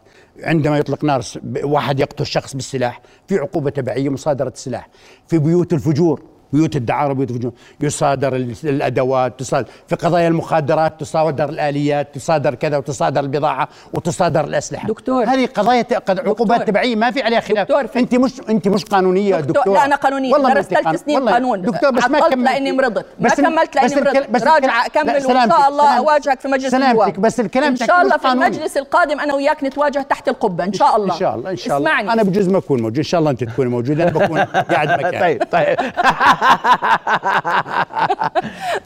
S2: عندما يطلق نار س- ب- واحد يقتل شخص بالسلاح في عقوبة تبعية مصادرة السلاح في بيوت الفجور بيوت الدعارة بيوت الفجور يصادر ال- الأدوات تصادر في قضايا المخدرات تصادر الآليات تصادر كذا وتصادر البضاعة وتصادر الأسلحة
S3: دكتور.
S2: هذه قضايا ت- قد- عقوبات تبعية ما في عليها خلاف
S3: دكتور، في-
S2: أنت مش أنت مش قانونية
S3: دكتور-
S2: دكتور
S3: لا، أنا قانونية. درست ثلاث سنين قانون.
S2: دكتور بس ما
S3: عطلت
S2: كملت
S3: لأني مرضت. ما
S2: بس ال-
S3: كملت لأني
S2: بس الكل-
S3: مرضت.
S2: بس الكل-
S3: راجع
S2: لا،
S3: أكمل وإن شاء
S2: سلامتك،
S3: الله
S2: سلامتك.
S3: أواجهك في مجلس
S2: سلامتك
S3: النواب.
S2: بس الكلام
S3: ان
S2: تحكي
S3: شاء الله
S2: مش
S3: في
S2: قانوني.
S3: المجلس القادم انا وياك نتواجه تحت القبه ان شاء الله
S2: ان شاء الله ان شاء الله
S3: اسمعني
S2: انا بجوز ما اكون موجود ان شاء الله انت تكوني موجود انا بكون قاعد مكانك
S1: طيب طيب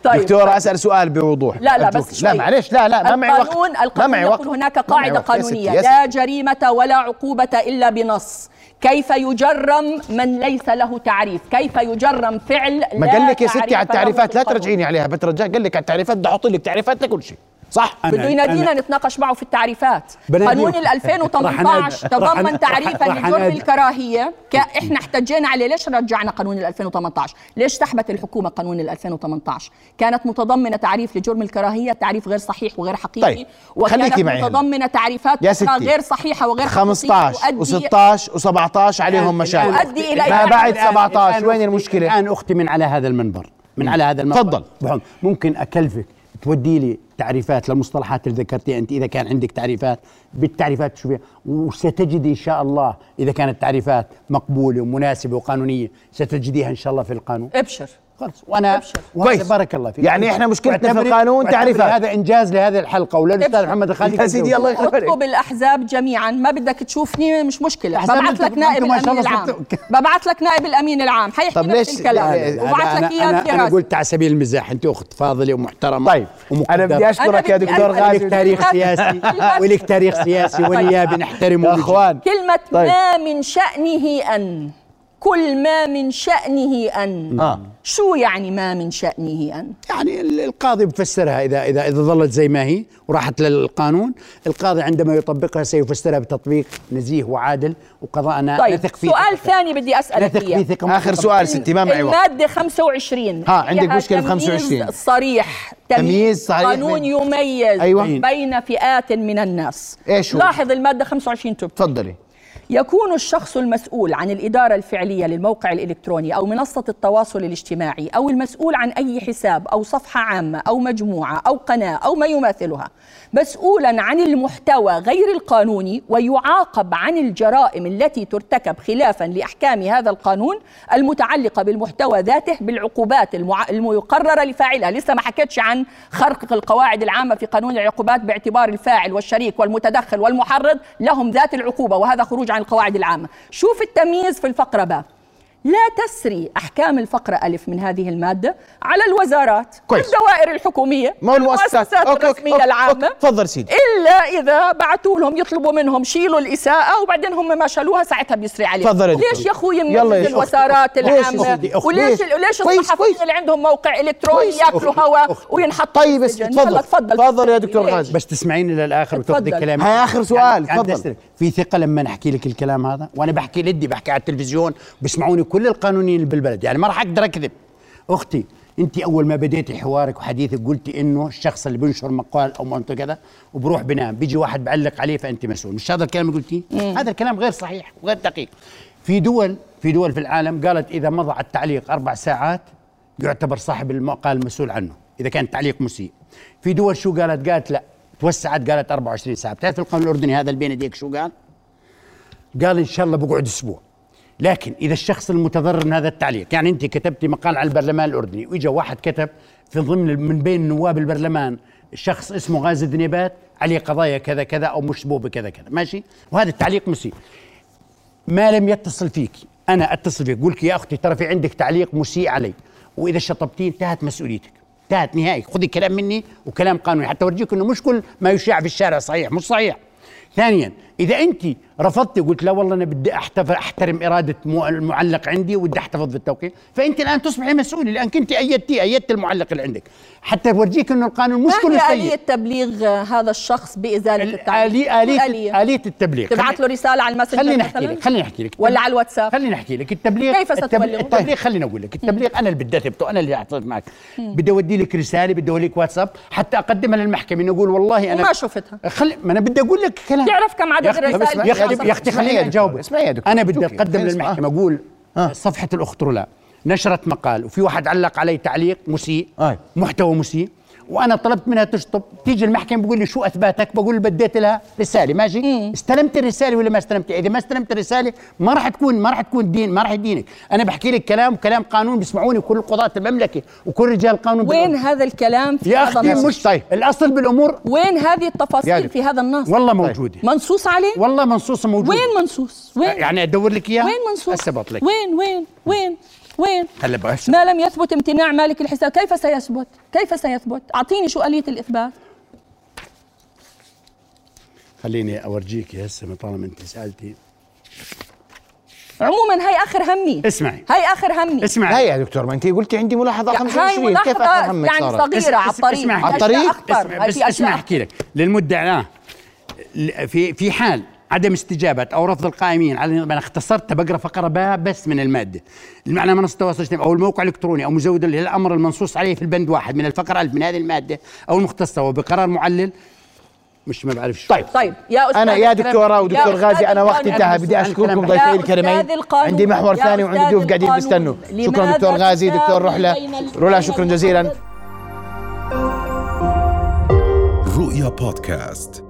S3: طيب
S1: دكتورة أسأل سؤال بوضوح
S3: لا لا
S1: أرجوك.
S3: بس
S1: لا
S3: شوي.
S1: معلش لا لا ما معي وقت
S3: القانون
S1: ما
S3: القانون
S1: معي وقت
S3: يقول هناك
S1: ما معي
S3: قاعده
S1: وقت. يا ستي،
S3: قانونيه
S1: يا
S3: لا جريمه ولا عقوبه الا بنص كيف يجرم من ليس له تعريف كيف يجرم فعل
S1: ما
S3: لا
S1: قال لك يا ستي
S3: تعريف
S1: على
S3: له
S1: التعريفات
S3: في
S1: لا
S3: القانون.
S1: ترجعيني عليها بترجع قال لك على التعريفات بدي احط لك تعريفات لكل شيء صح
S2: أنا-
S3: بده ينادينا نتناقش معه في التعريفات
S2: بناديه.
S3: قانون ال
S2: رح أنادي-
S3: 2018
S2: رح
S3: تضمن
S2: أن-
S3: تعريفا
S2: رح
S3: لجرم
S2: أنادي.
S3: الكراهيه ك- احنا احتجينا عليه ليش رجعنا قانون ال 2018 ليش سحبت الحكومه قانون ال 2018 كانت متضمنه تعريف لجرم الكراهيه تعريف غير صحيح وغير حقيقي
S1: طيب،
S3: وكانت
S1: خليكي معي هلا.
S3: متضمنه تعريفات
S1: يا
S3: أخرى
S1: ستي.
S3: غير صحيحه وغير حقيقيه
S1: 15
S3: تؤدي-
S1: و16 و17 عليهم
S2: الآن-
S1: مشاكل
S3: يؤدي إلى
S1: ما
S3: إعادة
S1: بعد
S3: الآن-
S1: 17 وين
S2: أختي-
S1: المشكله
S2: الان اختي من على هذا المنبر من على هذا المنبر
S1: تفضل.
S2: بحب- ممكن اكلفك تودي لي تعريفات للمصطلحات اللي ذكرتيها انت اذا كان عندك تعريفات بالتعريفات شو فيها وستجد ان شاء الله اذا كانت تعريفات مقبوله ومناسبه وقانونيه ستجديها ان شاء الله في القانون
S3: ابشر
S2: خلاص وانا
S3: أبشر.
S2: وهذا
S1: كويس.
S2: بارك الله فيك
S1: يعني إحنا مشكلتنا في
S2: واعتبري-
S1: القانون
S2: واعتبري
S1: تعريفات.
S2: هذا انجاز لهذه الحلقه وللاستاذ
S3: ابشر.
S2: محمد الخالدي
S1: يا سيدي الله
S3: اطلب
S1: يخليك
S3: الاحزاب جميعا ما بدك تشوفني مش مشكله
S2: أحزاب
S3: ببعث
S2: أنت-
S3: لك نائب
S2: أنت ما شاء
S3: الامين
S2: الله
S3: العام
S2: صرت-
S3: ببعث لك نائب الامين العام حيحكي
S1: طب
S3: نفس
S1: ليش-
S3: الكلام
S1: لا،
S3: وبعث لك اياه
S2: يعني أنا, أنا
S3: بدراسه
S2: قلت على سبيل المزاح أنت أخت فاضلة ومحترمة
S1: طيب انا
S2: ومقدرة.
S1: بدي اشكرك يا
S3: بدي
S1: دكتور
S3: أسألك
S1: غازي
S2: لك تاريخ سياسي ولك تاريخ سياسي
S3: طيب.
S2: ونيابي نحترمه
S1: يا اخوان
S3: كلمه
S1: طيب.
S3: ما من شانه ان كل ما من شانه ان
S1: آه.
S3: شو يعني ما من شانه ان
S2: يعني ال- القاضي بفسرها اذا اذا اذا ظلت زي ما هي وراحت للقانون القاضي عندما يطبقها سيفسرها بتطبيق نزيه وعادل وقضاءنا
S3: طيب
S2: نثق فيه
S3: سؤال
S2: ثقة-
S3: ثاني بدي اسالك
S2: نثق فيه
S3: اياه
S2: ثقة
S1: اخر سؤال ستي ما معي وقت
S3: المادة 25
S1: ها، عندك
S3: فيها
S1: مشكلة في
S3: تمييز
S1: 25.
S3: صريح
S1: تمييز صريح
S3: قانون
S1: بين-
S3: يميز
S1: أيوة.
S3: بين فئات من الناس
S1: إيش هو؟
S3: لاحظ المادة 25 تب
S1: تفضلي
S3: يكون الشخص المسؤول عن الإدارة الفعلية للموقع الإلكتروني أو منصة التواصل الاجتماعي أو المسؤول عن أي حساب أو صفحة عامة أو مجموعة أو قناة أو ما يماثلها مسؤولا عن المحتوى غير القانوني ويعاقب عن الجرائم التي ترتكب خلافا لأحكام هذا القانون المتعلقة بالمحتوى ذاته بالعقوبات المع... المقررة لفاعلها لسه ما حكيتش عن خرق القواعد العامة في قانون العقوبات باعتبار الفاعل والشريك والمتدخل والمحرض لهم ذات العقوبة وهذا خروج عن القواعد العامة شوف التمييز في الفقرة باء لا تسري أحكام الفقرة ألف من هذه المادة على الوزارات
S1: كويس.
S3: الدوائر الحكومية
S1: ما هو المؤسسات
S3: الرسمية العامة
S1: تفضل سيدي
S3: الا اذا بعثوا لهم يطلبوا منهم شيلوا الاساءه وبعدين هم ما شالوها ساعتها بيسري عليهم
S1: تفضل يا دكتور.
S3: ليش يا اخوي
S1: يلا يا
S3: منزل
S1: أختي.
S3: الوزارات
S1: ليش يا
S3: العامه
S1: أختي؟ أخت- ليش؟
S3: وليش ليش
S1: كويس،
S3: الصحفيين
S1: كويس.
S3: اللي عندهم موقع الكتروني
S1: كويس،
S3: ياكلوا
S2: أختي،
S3: هواء
S2: أختي.
S3: وينحطوا
S1: طيب بس
S3: في السجن.
S1: تفضل
S3: يلا تفضل
S1: تفضل يا دكتور
S3: ليش؟
S1: غازي
S2: بس تسمعيني للاخر وتاخذي
S3: اتفضل.
S2: كلامي
S1: هاي آخر سؤال،
S2: عم
S1: تفضل.
S2: تأثر. في ثقه لما نحكي لك الكلام هذا وانا بحكي لدي بحكي على التلفزيون بيسمعوني كل القانونيين اللي بالبلد يعني ما راح اقدر اكذب اختي انت اول ما بديتي حوارك وحديثك قلتي انه الشخص اللي بينشر مقال او منتج كذا وبروح بنام بيجي واحد بعلق عليه فانت مسؤول مش هذا الكلام اللي قلتيه
S1: إيه.
S2: هذا الكلام غير صحيح وغير دقيق في دول في دول في العالم قالت اذا مضى على التعليق اربع ساعات يعتبر صاحب المقال مسؤول عنه اذا كان التعليق مسيء في دول شو قالت قالت لا توسعت قالت 24 ساعه بتعرف القانون الاردني هذا اللي بين يديك شو قال قال ان شاء الله بقعد اسبوع لكن اذا الشخص المتضرر من هذا التعليق يعني انت كتبتي مقال على البرلمان الاردني واجا واحد كتب في ضمن من بين نواب البرلمان شخص اسمه غازي الدنيبات عليه قضايا كذا كذا او مشبوه بكذا كذا ماشي وهذا التعليق مسيء ما لم يتصل فيك انا اتصل فيك اقول لك يا اختي ترى في عندك تعليق مسيء علي واذا شطبتيه انتهت مسؤوليتك انتهت نهائي خذي كلام مني وكلام قانوني حتى اورجيك انه مش كل ما يشاع في الشارع صحيح مش صحيح ثانيا اذا انت رفضتي وقلت لا والله انا بدي احتف- احترم اراده مو- المعلق عندي ودي احتفظ بالتوقيف فانت الان تصبحي مسؤوله لانك انت ايدتي ايدت المعلق اللي عندك حتى اورجيك انه القانون مش كله
S3: ما هي
S2: سيء
S3: آلية تبليغ آه، هذا الشخص بإزالة التعليق؟
S2: الآلية
S3: شو
S2: آلية آلية التبليغ
S3: تبعت له رسالة على الماسنجر
S2: خليني احكي
S3: مثلاً؟
S2: لك خليني احكي لك
S3: ولا على الواتساب؟
S2: خليني احكي لك التبليغ
S3: كيف ستبلغ؟
S2: التبليغ, التبليغ خليني اقول لك التبليغ انا اللي بتذبته انا اللي اعترض معك بدي اودي لك رساله بدي اودي لك واتساب حتى اقدمها للمحكمه انه اقول والله انا
S3: وما شفتها
S2: خلي ما انا بدي اقول لك كلام
S3: تعرف كم عدد
S2: يا أختي-
S3: الرسائل
S2: طب اسمع- يا
S3: اللي
S2: اختي يا اختي
S1: وصلت؟ اسمعي
S2: خليني
S1: يا دكتور،
S2: اجاوبك
S1: اسمعي يا دكتور،
S2: انا بدي
S1: شوفي،
S2: اتقدم
S1: خليني
S2: للمحكمه اقول
S1: آه.
S2: صفحه الاخت رلا نشرت مقال وفي واحد علق علي تعليق مسيء
S1: آي.
S2: محتوى مسيء وانا طلبت منها تشطب تيجي المحكمه بقول لي شو اثباتك بقول بديت لها رساله
S3: إيه.
S2: ماشي استلمت الرساله ولا ما استلمت اذا ما استلمت الرساله ما راح تكون ما راح تكون دين ما راح يدينك انا بحكي لك كلام وكلام قانون بيسمعوني كل قضاة المملكه وكل رجال القانون
S3: وين
S2: بالأردن.
S3: هذا الكلام في
S2: يا
S3: هذا
S2: اختي
S3: النص؟
S2: مش طيب الاصل بالامور
S3: وين هذه التفاصيل
S1: يعني-
S3: في هذا النص؟
S2: والله موجوده
S3: منصوص عليه؟
S2: والله منصوصه موجوده
S3: وين منصوص؟ وين؟
S2: يعني ادور لك اياها
S3: وين منصوص؟
S2: اثبت لك
S3: وين وين وين وين؟
S2: هلا بس
S3: ما لم يثبت امتناع مالك الحساب كيف سيثبت؟ كيف سيثبت؟ أعطيني شو آلية الإثبات؟
S2: خليني اورجيك هسه ما طالما انت سالتي
S3: عموما هي اخر همي
S2: اسمعي
S3: هي اخر همي
S1: لا
S2: اسمعي
S1: يا دكتور ما انت قلتي عندي ملاحظه
S3: لا،
S1: 25
S3: هاي
S1: كيف
S3: ملاحظة
S1: اخر همك
S3: يعني
S1: صارت؟
S3: صغيرة على
S2: اسمع-
S3: الطريق
S2: اسمع-
S3: في
S1: على الطريق؟
S3: أشياء أخطر،
S2: اسمع
S3: هاي
S2: بس
S3: في أشياء
S2: اسمع احكي لك للمدعاه ل- في في حال عدم استجابة أو رفض القائمين على أنا اختصرت بقرا فقرة با- بس من المادة المعنى منصة التواصل الاجتماعي أو الموقع الإلكتروني أو مزود للأمر المنصوص عليه في البند واحد من الفقرة ألف من هذه المادة أو المختصة وبقرار معلل مش ما بعرف شو
S1: طيب
S3: طيب يا أستاذ
S1: انا يا
S3: الكلام-
S1: دكتوره
S3: يا
S1: ودكتور
S3: أستاذ
S1: غازي انا وقتي
S3: القانون.
S1: انتهى بدي اشكركم
S3: يا
S1: ضيفي
S3: أستاذ
S1: الكريمين
S3: القانون.
S1: عندي محور
S3: يا
S1: ثاني وعندي
S3: أستاذ
S1: ضيوف قاعدين
S3: القانون.
S1: بيستنوا شكرا
S3: لماذا
S1: دكتور غازي
S3: تساوي
S1: دكتور رحله
S3: بين
S1: رولا
S3: الفعل
S1: شكرا جزيلا
S4: رؤيا بودكاست